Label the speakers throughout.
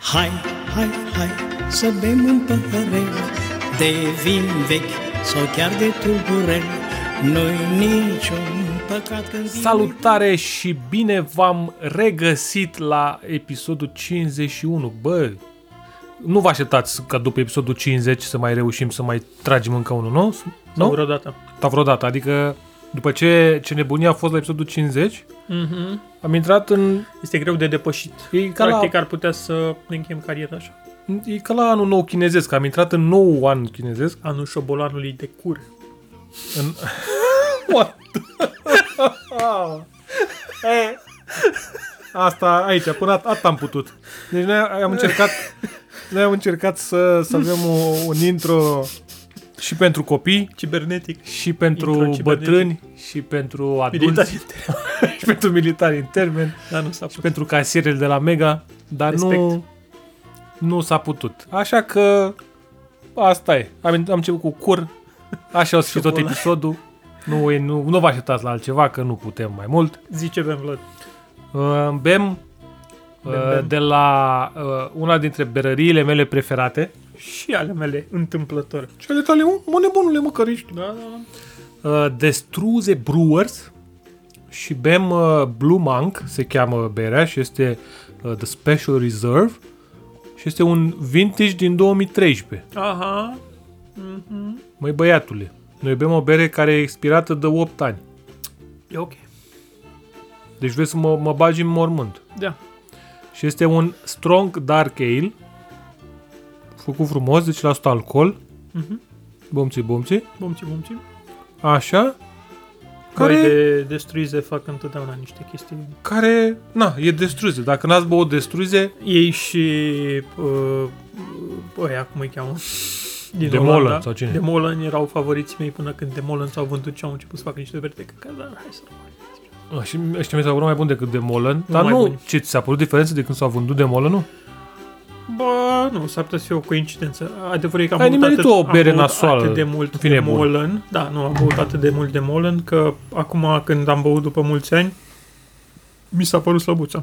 Speaker 1: Hai, hai, hai să bem un păhărel De vin vechi sau chiar de tulburel Nu-i niciun păcat când vine
Speaker 2: Salutare și bine v-am regăsit la episodul 51. Bă, nu vă așteptați ca după episodul 50 să mai reușim să mai tragem încă unul, nou,
Speaker 3: Nu?
Speaker 2: Nu?
Speaker 3: Vreodată.
Speaker 2: Sau vreodată. Adică după ce, ce nebunia a fost la episodul 50,
Speaker 3: Mm-hmm.
Speaker 2: am intrat în...
Speaker 3: Este greu de depășit.
Speaker 2: E ca, la,
Speaker 3: Practic ar putea să ne încheiem cariera așa.
Speaker 2: e ca la anul nou chinezesc. Am intrat în nou an chinezesc.
Speaker 3: Anul șobolanului de cur.
Speaker 2: În... Eh, Asta aici, până at- atât am putut. Deci noi am încercat, noi am încercat să, să avem o, un intro și pentru copii,
Speaker 3: Cibernetic.
Speaker 2: și pentru
Speaker 3: Intro
Speaker 2: bătrâni, și pentru
Speaker 3: Militar
Speaker 2: adulți, și pentru militari în termen,
Speaker 3: Dar nu s-a putut.
Speaker 2: pentru casierele de la Mega, dar nu,
Speaker 3: Respect.
Speaker 2: nu s-a putut. Așa că asta e. Am, am început cu cur, așa o să fie tot
Speaker 3: Șobolan.
Speaker 2: episodul. Nu, e- nu, nu vă așteptați la altceva, că nu putem mai mult.
Speaker 3: Zice Ben Vlad.
Speaker 2: Uh, bem,
Speaker 3: Bem,
Speaker 2: uh,
Speaker 3: bem.
Speaker 2: de la uh, una dintre berăriile mele preferate.
Speaker 3: Și ale mele, întâmplător.
Speaker 2: Ce ale tale, mă nebunule, mă, căriști.
Speaker 3: Da, da, da.
Speaker 2: Uh, Destruze Brewers și bem uh, Blue Monk, se cheamă berea și este uh, The Special Reserve și este un vintage din 2013.
Speaker 3: Aha.
Speaker 2: Măi băiatule, noi bem o bere care e expirată de 8 ani.
Speaker 3: E ok.
Speaker 2: Deci vrei să mă, mă bagi în mormânt.
Speaker 3: Da.
Speaker 2: Și este un strong dark ale. Făcut frumos, 10% alcool.
Speaker 3: Mhm.
Speaker 2: Bomții, bomții.
Speaker 3: Bumci, bumci.
Speaker 2: Așa.
Speaker 3: Care...
Speaker 2: Care,
Speaker 3: Noi
Speaker 2: de...
Speaker 3: de destruize fac întotdeauna niște chestii.
Speaker 2: care, na, e destruze. Dacă n-ați băut destruze,
Speaker 3: Ei și... Uh, ăia, cum îi cheamă? Din
Speaker 2: Demolan
Speaker 3: Olanda.
Speaker 2: sau cine?
Speaker 3: Demolan erau favoriții mei până când Demolan s-au vândut și au început să facă niște bere de căcat, dar hai să
Speaker 2: a, Ah, și ăștia mi s-au părut mai bun decât Demolan. Dar
Speaker 3: mai
Speaker 2: nu,
Speaker 3: buni.
Speaker 2: ce, ți s-a părut diferență de când s-a vândut Demolan, nu?
Speaker 3: Bă, nu, s-ar putea să fie o coincidență. Adevărul e că am
Speaker 2: Ai
Speaker 3: băut
Speaker 2: nimerit
Speaker 3: atât-
Speaker 2: o
Speaker 3: am
Speaker 2: bere
Speaker 3: băut
Speaker 2: nasoală.
Speaker 3: atât de mult
Speaker 2: Fine,
Speaker 3: de
Speaker 2: bun.
Speaker 3: Molen. Da, nu, am băut atât de mult de Molen că acum când am băut după mulți ani, mi s-a părut slăbuța.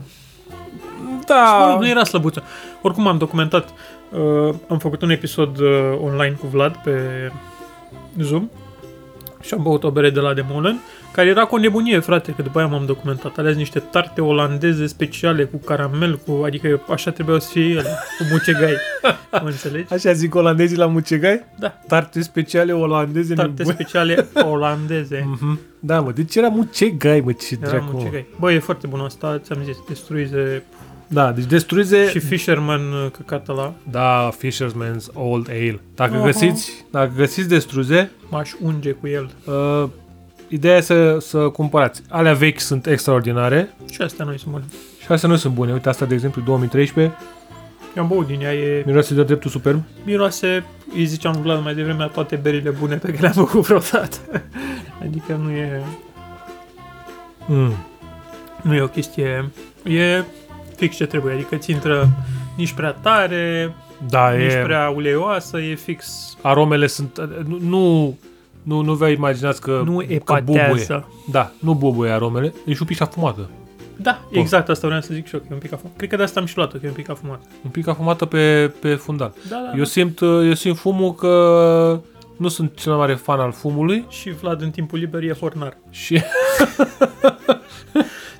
Speaker 2: Da.
Speaker 3: Mă rog, nu era slăbuță. Oricum am documentat. Uh, am făcut un episod uh, online cu Vlad pe Zoom și am băut o bere de la Demolen, care era cu o nebunie, frate, că după aia m-am documentat. Ales niște tarte olandeze speciale cu caramel, cu, adică așa trebuiau să fie ele, cu mucegai. Mă înțelegi?
Speaker 2: Așa zic olandezii la mucegai?
Speaker 3: Da.
Speaker 2: Tarte speciale olandeze.
Speaker 3: Tarte
Speaker 2: nebune.
Speaker 3: speciale olandeze.
Speaker 2: Mhm. Da, mă, deci era mucegai, mă, ce
Speaker 3: Era
Speaker 2: dracu. mă.
Speaker 3: mucegai. Bă, e foarte bun asta, ți-am zis, destruize
Speaker 2: Da, deci destruze
Speaker 3: și Fisherman uh, căcata la
Speaker 2: Da, Fisherman's Old Ale. Dacă
Speaker 3: Aha.
Speaker 2: găsiți, dacă găsiți destruze,
Speaker 3: m-aș unge cu el.
Speaker 2: uh, ideea e să, să cumpărați. Alea vechi sunt extraordinare
Speaker 3: Și astea noi sunt bune.
Speaker 2: și astea nu sunt bune. Uite, asta de exemplu 2013,
Speaker 3: Eu am băut din ea, e
Speaker 2: miroase de dreptul superb.
Speaker 3: miroase, îi ziceam lui Vlad mai devreme, a toate berile bune pe care le-am făcut vreodată. adică nu e,
Speaker 2: Mm.
Speaker 3: nu e o chestie, e fix ce trebuie, adică ți intră nici prea tare,
Speaker 2: Da,
Speaker 3: e... nici
Speaker 2: e,
Speaker 3: prea uleioasă, e fix,
Speaker 2: aromele sunt... Nu, nu, nu, nu vă imaginați că,
Speaker 3: nu
Speaker 2: că bubuie.
Speaker 3: epatează.
Speaker 2: Da, nu bubuie aromele, e și un pic afumată.
Speaker 3: Da, exact asta vreau să zic și eu, că e un pic afumat. Cred că de asta am și luat-o, că e un pic afumat.
Speaker 2: Un pic afumată pe, pe fundal.
Speaker 3: Da, da.
Speaker 2: Eu simt, eu simt fumul că nu sunt cel mai mare fan al fumului
Speaker 3: Și Vlad în timpul liber e hornar.
Speaker 2: și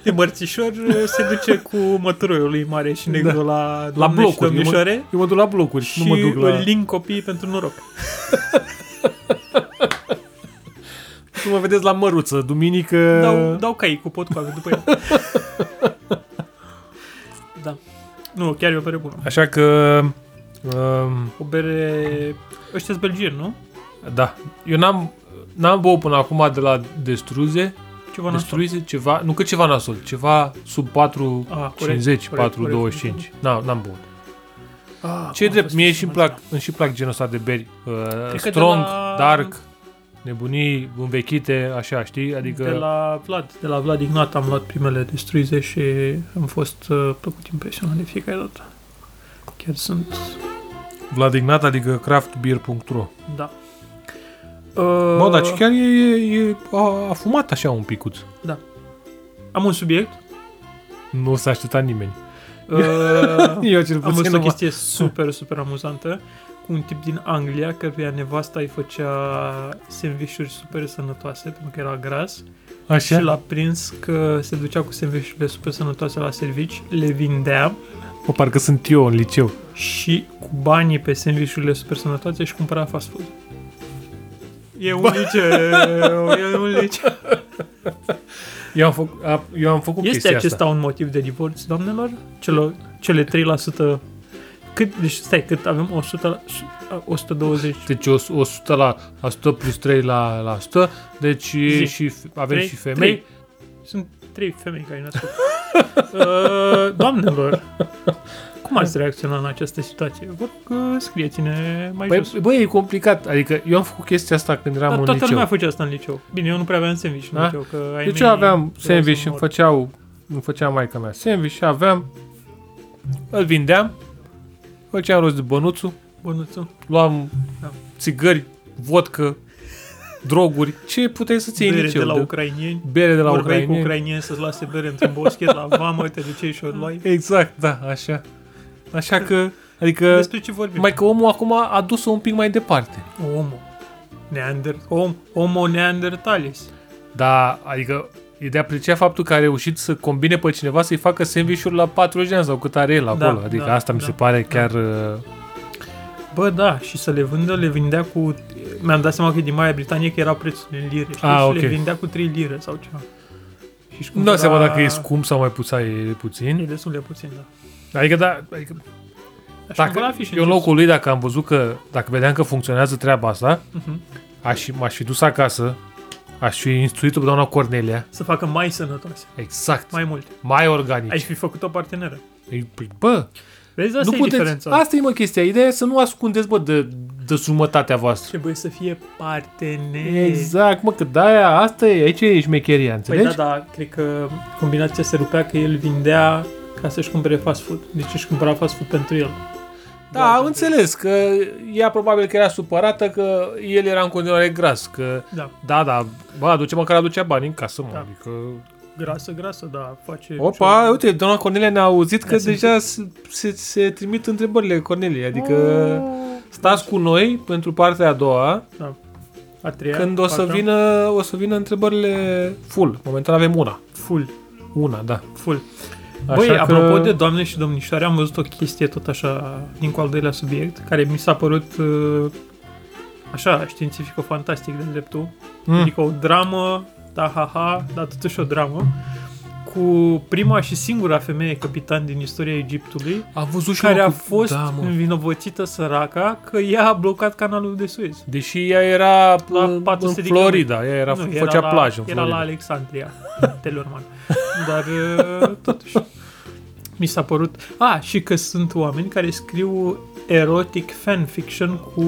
Speaker 3: De mărțișor se duce cu măturoiul lui mare și negru la,
Speaker 2: Da. la
Speaker 3: doamne și
Speaker 2: blocuri. Eu mă,
Speaker 3: domnișoare.
Speaker 2: eu mă duc la blocuri,
Speaker 3: Și
Speaker 2: nu mă duc la...
Speaker 3: îl link copiii pentru noroc.
Speaker 2: Nu mă vedeți la măruță, duminică...
Speaker 3: Dau, dau cai cu pot coagă după el. da. Nu, chiar e o bere bună.
Speaker 2: Așa că... Um,
Speaker 3: O bere... Ăștia belgieni, nu?
Speaker 2: da, eu n-am, n-am băut până acum de la Destruze,
Speaker 3: Ceva nasol.
Speaker 2: Destruze ceva, nu că ceva nasol, ceva sub 4...
Speaker 3: Ah, corect,
Speaker 2: 50,
Speaker 3: corect,
Speaker 2: 4,
Speaker 3: corect.
Speaker 2: 25. Da, N-am, n-am băut.
Speaker 3: Ah,
Speaker 2: Ce
Speaker 3: cum
Speaker 2: drept,
Speaker 3: să
Speaker 2: mie
Speaker 3: spun,
Speaker 2: și îmi
Speaker 3: mă,
Speaker 2: plac, îmi și plac genul ăsta de beri. Uh,
Speaker 3: de
Speaker 2: strong,
Speaker 3: la-
Speaker 2: dark, nebunii învechite, așa, știi? Adică...
Speaker 3: De la Vlad, de la Vlad Ignat am luat primele destruize și am fost uh, plăcut impresionat de fiecare dată. Chiar sunt...
Speaker 2: Vlad Ignat, adică craftbeer.ro.
Speaker 3: Da.
Speaker 2: Bă, dar
Speaker 3: Uh,
Speaker 2: ce chiar e, e, e a- afumat așa un picuț.
Speaker 3: Am un subiect
Speaker 2: Nu s-a așteptat nimeni.
Speaker 3: Uh,
Speaker 2: Eu cel puțin
Speaker 3: am văzut o
Speaker 2: numai.
Speaker 3: chestie super, super amuzantă cu un tip din Anglia căruia nevasta îi făcea sandvișuri super sănătoase pentru că era gras
Speaker 2: Așa?
Speaker 3: și l-a prins că se ducea cu sandvișurile super sănătoase la servici, le vindea
Speaker 2: O, parcă sunt eu în liceu.
Speaker 3: și cu banii pe sandvișurile super sănătoase și cumpăra fast food. E un liceu, e un liceu.
Speaker 2: Eu am, făc, a, eu am făcut
Speaker 3: Este
Speaker 2: chestia
Speaker 3: acesta
Speaker 2: asta.
Speaker 3: un motiv de divorț, doamnelor? Celor, cele 3%... Cât, deci stai, cât avem 100, 120
Speaker 2: Deci o- 100 la, la 100 plus 3 la, la 100. Deci
Speaker 3: Zi.
Speaker 2: și f- avem
Speaker 3: Trei-
Speaker 2: și femei.
Speaker 3: trei. Sunt trei femei care ne ascultă. uh, doamnelor, cum ați reacționat în această situație? Vă rog, uh, scrieți-ne mai păi, jos.
Speaker 2: Păi, băi, e complicat. Adică eu am făcut chestia asta când eram
Speaker 3: Dar
Speaker 2: în
Speaker 3: toată
Speaker 2: liceu.
Speaker 3: lumea făcea asta în liceu. Bine, eu nu prea aveam sandwich în
Speaker 2: Da?
Speaker 3: liceu. Că ai
Speaker 2: Deci
Speaker 3: mei
Speaker 2: eu aveam
Speaker 3: vreau
Speaker 2: sandwich
Speaker 3: să
Speaker 2: și îmi
Speaker 3: mor.
Speaker 2: făceau, îmi făcea maica mea sandwich și aveam, îl vindeam, făceam rost de bănuțul,
Speaker 3: Bănuțul.
Speaker 2: luam
Speaker 3: Da.
Speaker 2: țigări, vodcă, droguri, ce puteai să ții în
Speaker 3: Bere
Speaker 2: liceu?
Speaker 3: de la
Speaker 2: de-
Speaker 3: ucrainieni.
Speaker 2: bere de la
Speaker 3: Vorbeai cu
Speaker 2: Ucraina.
Speaker 3: ucrainieni să-ți lase bere într-un boschet la vamă, te duceai și o luai.
Speaker 2: Exact, da, așa. Așa că, adică,
Speaker 3: Despre ce vorbim?
Speaker 2: mai că omul acum a dus-o un pic mai departe.
Speaker 3: Omul. Neander... Om, homo neandertalis.
Speaker 2: Da, adică e de apreciat faptul că a reușit să combine pe cineva să-i facă sandvișuri la 40 de ani sau cât are el acolo.
Speaker 3: Da,
Speaker 2: adică
Speaker 3: da,
Speaker 2: asta mi
Speaker 3: da,
Speaker 2: se pare
Speaker 3: da.
Speaker 2: chiar... uh,
Speaker 3: Bă, da, și să le vândă, le vindea cu... Mi-am dat seama că e din Marea Britanie că era prețul în lire, știi?
Speaker 2: Ah,
Speaker 3: și
Speaker 2: ok.
Speaker 3: le vindea cu 3 lire sau ceva. Și
Speaker 2: Nu dau seama dacă e scump sau mai puțin, e
Speaker 3: E
Speaker 2: puțin.
Speaker 3: destul de puțin, da.
Speaker 2: Adică, da, adică
Speaker 3: Dar și cumpăra
Speaker 2: dacă,
Speaker 3: afișe
Speaker 2: eu în
Speaker 3: în
Speaker 2: locul lui, dacă am văzut că, dacă vedeam că funcționează treaba asta,
Speaker 3: Mhm.
Speaker 2: aș, m-aș fi dus acasă, aș fi instruit-o pe doamna Cornelia,
Speaker 3: Să facă mai sănătoase,
Speaker 2: exact, mai,
Speaker 3: mai mult.
Speaker 2: mai organic.
Speaker 3: Aici fi făcut o parteneră.
Speaker 2: Ei, Păi, bă,
Speaker 3: Vezi, asta
Speaker 2: nu
Speaker 3: e
Speaker 2: puteți,
Speaker 3: diferența.
Speaker 2: asta e mă chestia, ideea e să nu ascundeți, bă, de, de jumătatea voastră.
Speaker 3: Trebuie să fie parteneri.
Speaker 2: Exact, mă, că de-aia, asta e, aici e șmecheria,
Speaker 3: Păi
Speaker 2: înțelegi?
Speaker 3: da, da, cred că combinația se rupea că el vindea ca să-și cumpere fast food. Deci își cumpăra fast food pentru el.
Speaker 2: Da, am înțeles că ea probabil că era supărată că el era în continuare gras, că
Speaker 3: Da,
Speaker 2: da, da, bă, aduce măcar aducea bani în casă, mă,
Speaker 3: Da.
Speaker 2: adică...
Speaker 3: grasă, grasă, da, face...
Speaker 2: Opa, uite, doamna Cornelia ne-a auzit că
Speaker 3: Ne-a simțit.
Speaker 2: deja se, se, se trimit întrebările Cornelia, adică
Speaker 3: Oh.
Speaker 2: stați cu noi pentru partea a doua,
Speaker 3: Da. A treia,
Speaker 2: când o să
Speaker 3: patra.
Speaker 2: vină, o să vină întrebările full. Momentan avem una.
Speaker 3: Full,
Speaker 2: Una, da.
Speaker 3: full.
Speaker 2: Așa
Speaker 3: Băi,
Speaker 2: că-
Speaker 3: apropo de doamne și domnișoare, am văzut o chestie tot așa din cu al doilea subiect, care mi s-a părut uh, așa științifico-fantastic de dreptul. Mm.
Speaker 2: Mm.
Speaker 3: Adică o dramă, da, ha-ha, dar totuși o dramă, cu prima și singura femeie capitan din istoria Egiptului,
Speaker 2: Am văzut și
Speaker 3: care
Speaker 2: eu
Speaker 3: a
Speaker 2: cu-
Speaker 3: fost Mm.
Speaker 2: Da, mă.
Speaker 3: învinovățită săraca că ea a blocat canalul de Suez.
Speaker 2: Deși ea era
Speaker 3: La
Speaker 2: în,
Speaker 3: 400
Speaker 2: în
Speaker 3: de
Speaker 2: Florida, ea era, nu,
Speaker 3: Nu,
Speaker 2: făcea era
Speaker 3: la,
Speaker 2: plajă în
Speaker 3: Era
Speaker 2: Florida.
Speaker 3: la Alexandria, Telorman. Dar uh, totuși mi s-a părut... A, și că sunt oameni care scriu erotic fanfiction cu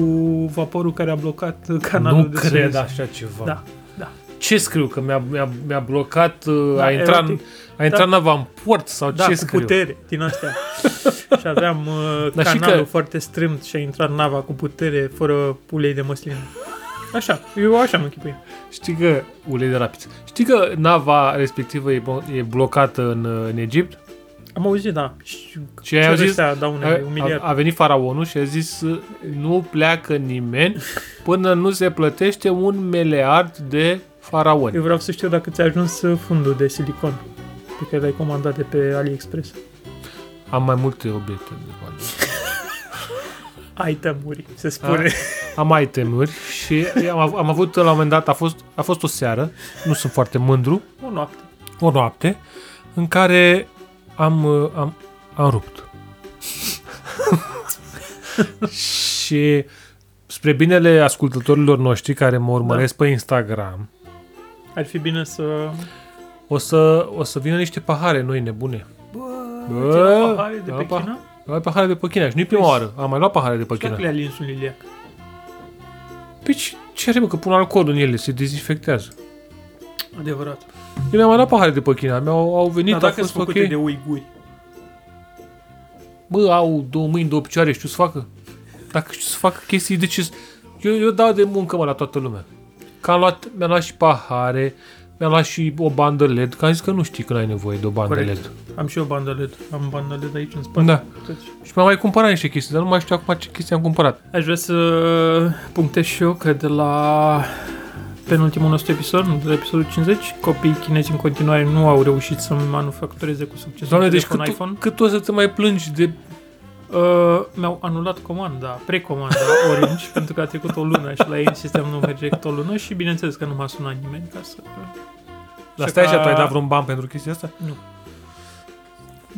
Speaker 3: vaporul care a blocat uh, canalul
Speaker 2: nu
Speaker 3: de
Speaker 2: cred
Speaker 3: Suez.
Speaker 2: așa ceva.
Speaker 3: Da, da.
Speaker 2: Ce scriu? Că mi-a, mi-a, mi-a blocat, uh,
Speaker 3: Da,
Speaker 2: a intrat, în-
Speaker 3: erotic.
Speaker 2: a intrat nava în port sau
Speaker 3: Da,
Speaker 2: ce
Speaker 3: cu
Speaker 2: scriu?
Speaker 3: putere din astea. și aveam uh,
Speaker 2: Dar și
Speaker 3: canalul
Speaker 2: că-
Speaker 3: foarte strâmt și a intrat nava cu putere fără ulei de măsline. Așa, eu așa mă închipuim.
Speaker 2: Știi că, ulei de rapiță, știi că nava respectivă e, blo- e blocată în, uh, în Egipt?
Speaker 3: Am auzit, da. Și
Speaker 2: Ce ai
Speaker 3: ce
Speaker 2: auzit?
Speaker 3: ăstea daunele,
Speaker 2: A,
Speaker 3: umiliat.
Speaker 2: a venit faraonul și a zis uh, nu pleacă nimeni până nu se plătește un meleard de faraoni.
Speaker 3: Eu vreau să știu dacă ți-a ajuns uh, fundul de silicon pe care l-ai comandat de pe AliExpress.
Speaker 2: Am mai multe obiecte de bani.
Speaker 3: Ai tămuri, se spune.
Speaker 2: Am mai temuri și am, av- am avut la un moment dat, a fost, a fost o seară, nu sunt foarte mândru,
Speaker 3: O noapte.
Speaker 2: o noapte, în care am, uh, am, am rupt. și spre binele ascultătorilor noștri care mă urmăresc pe Instagram,
Speaker 3: Ar fi bine să...
Speaker 2: o să, o să vină niște pahare noi nebune.
Speaker 3: Bă,
Speaker 2: Bă,
Speaker 3: ți-ai luat pahare de
Speaker 2: da,
Speaker 3: pe
Speaker 2: pa-
Speaker 3: China? Păi
Speaker 2: Am luat pahare de pe China și nu-i prima oară. Am mai luat pahare de pe
Speaker 3: Și
Speaker 2: China.
Speaker 3: dacă le-a lins un liliac?
Speaker 2: Păi ce- ce are, mă, că pun alcool în ele, se dezinfectează.
Speaker 3: Adevărat.
Speaker 2: Eu mi-am mai luat pahare de pe China, mi-au au venit,
Speaker 3: Da,
Speaker 2: a
Speaker 3: Dar dacă sunt
Speaker 2: fost ok.
Speaker 3: făcute de uiguri.
Speaker 2: Bă, au două mâini, două picioare, știu să facă. Dacă știu să facă chestii, de ce... să- Eu, eu dau de muncă, mă, la toată lumea. Că am luat, mi-am luat și pahare, Mi-am luat și o bandă LED, că am zis că nu știi când ai nevoie de o bandă
Speaker 3: Corect.
Speaker 2: LED.
Speaker 3: Am și eu bandă LED. Am bandă LED aici în spate.
Speaker 2: Da.
Speaker 3: Deci,
Speaker 2: Și mi-am mai cumpărat niște chestii, dar nu mai știu acum ce chestii am cumpărat.
Speaker 3: Aș vrea să uh, punctez și eu că de la penultimul nostru episod, nu, de la episodul 50, copiii chinezi în continuare nu au reușit să manufactureze cu succes
Speaker 2: Doamne,
Speaker 3: un
Speaker 2: deci
Speaker 3: telefon
Speaker 2: cât,
Speaker 3: iPhone.
Speaker 2: tu, cât o să te mai plângi de...
Speaker 3: Uh, mi-au anulat comanda, precomanda Orange, pentru că a trecut o lună și la ei în sistem nu merge cât o lună și bineînțeles că nu m-a sunat nimeni ca să...
Speaker 2: La
Speaker 3: Și
Speaker 2: stai
Speaker 3: că-
Speaker 2: așa, tu ai dat vreun ban pentru chestia asta?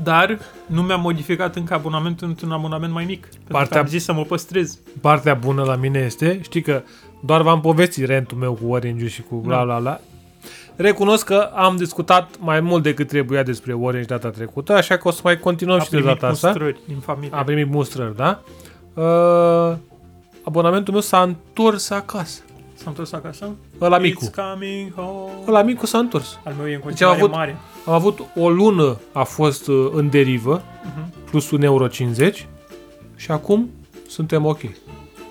Speaker 3: Dar nu mi-am modificat încă abonamentul într-un abonament mai mic. Pentru
Speaker 2: Partea-
Speaker 3: că am zis să mă păstrez.
Speaker 2: Partea bună la mine este, știi că doar v-am povestit rentul meu cu Orange și cu bla
Speaker 3: Da.
Speaker 2: bla bla. Recunosc că am discutat mai mult decât trebuia despre Orange data trecută, așa că o să mai continuăm
Speaker 3: a
Speaker 2: și de data
Speaker 3: primit
Speaker 2: asta.
Speaker 3: mustrări din familie.
Speaker 2: Am primit mustrări, da? Uh, abonamentul meu s-a întors acasă.
Speaker 3: S-a întors acasă.
Speaker 2: Ăla micu.
Speaker 3: It's coming home.
Speaker 2: Ăla micu s-a întors.
Speaker 3: Al meu e în continuare
Speaker 2: am avut-
Speaker 3: mare.
Speaker 2: Am avut o lună, a fost uh, în derivă,
Speaker 3: Mhm.
Speaker 2: uh-huh. plus un euro 50 și acum suntem ok.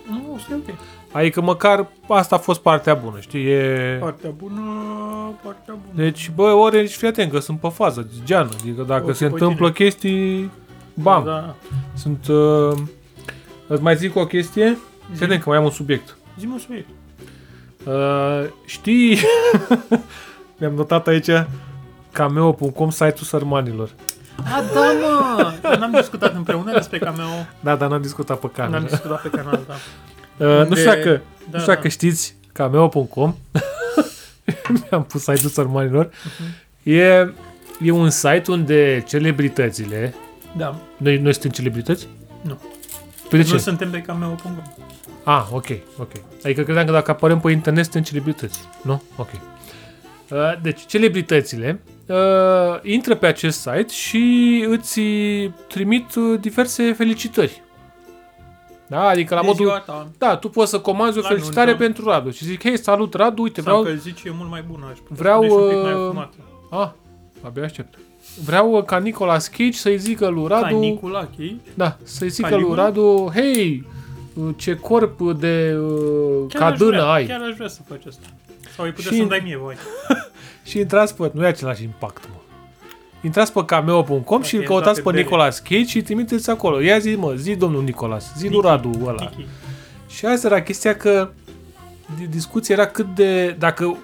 Speaker 3: Nu, sunt ok.
Speaker 2: Adică măcar asta a fost partea bună, știi? E...
Speaker 3: Partea bună, partea bună.
Speaker 2: Deci, bă, ori fii atent că sunt pe fază, geană. Adică dacă
Speaker 3: O,
Speaker 2: se
Speaker 3: și pe
Speaker 2: întâmplă
Speaker 3: tine.
Speaker 2: chestii, bam. Da, da.
Speaker 3: Da.
Speaker 2: Sunt... Uh, îți mai zic o chestie? Fii atent că mai am un subiect.
Speaker 3: Zi-mi un subiect.
Speaker 2: Uh, știi... Mi-am notat aici cameo.com site-ul sărmanilor.
Speaker 3: A, da, mă! Dar N-am discutat împreună despre cameo.
Speaker 2: Da, dar n-am discutat pe
Speaker 3: N-am
Speaker 2: cameră.
Speaker 3: discutat pe canal, da.
Speaker 2: Uh, nu știu
Speaker 3: Unde-
Speaker 2: dacă,
Speaker 3: Da,
Speaker 2: nu știu
Speaker 3: da.
Speaker 2: dacă știți cameo.com Mi-am pus site-ul sărmanilor.
Speaker 3: Mhm.
Speaker 2: E, e un site unde celebritățile...
Speaker 3: Da.
Speaker 2: Noi, noi suntem celebrități?
Speaker 3: Nu.
Speaker 2: Păi de ce?
Speaker 3: Nu suntem pe cameo.com.
Speaker 2: Ah, ok, ok. Adică credeam că dacă apărăm pe internet suntem celebrități, nu? Ok. Uh, Deci, celebritățile uh, intră pe acest site și îți trimit uh, diverse felicitări. Da, adică la
Speaker 3: De
Speaker 2: modul...
Speaker 3: ziua ta.
Speaker 2: Da, tu poți să comanzi o
Speaker 3: La
Speaker 2: felicitare
Speaker 3: nuntă.
Speaker 2: pentru Radu și zic, hei, salut Radu, uite,
Speaker 3: Vreau...
Speaker 2: vreau...
Speaker 3: că zici e mult mai bună. Aș putea
Speaker 2: vreau,
Speaker 3: spune și un pic mai
Speaker 2: uh,
Speaker 3: afumată.
Speaker 2: Ah, abia aștept. Vreau uh, ca Nicolas Cage să-i zică lui Radu...
Speaker 3: Ca Niculachi.
Speaker 2: Da, să-i zică lui
Speaker 3: Caligula?
Speaker 2: Radu, hei, uh, ce corp de uh,
Speaker 3: Chiar aș
Speaker 2: cadână
Speaker 3: vrea-
Speaker 2: ai.
Speaker 3: Chiar aș vrea să faci asta. Sau îi puteți
Speaker 2: Și-
Speaker 3: să-mi dai mie voi.
Speaker 2: Și intrați pe... Nu e același impact, mă. Intrați pe cameo.com și îl
Speaker 3: e
Speaker 2: căutați pe
Speaker 3: toate bere.
Speaker 2: Nicolas Cage și îi trimiteți acolo. Ia zi, mă, zi domnul Nicolas, zi lui
Speaker 3: Nichi,
Speaker 2: Radu ăla.
Speaker 3: Nichi.
Speaker 2: Și asta era chestia că di- discuția era cât de... Dacă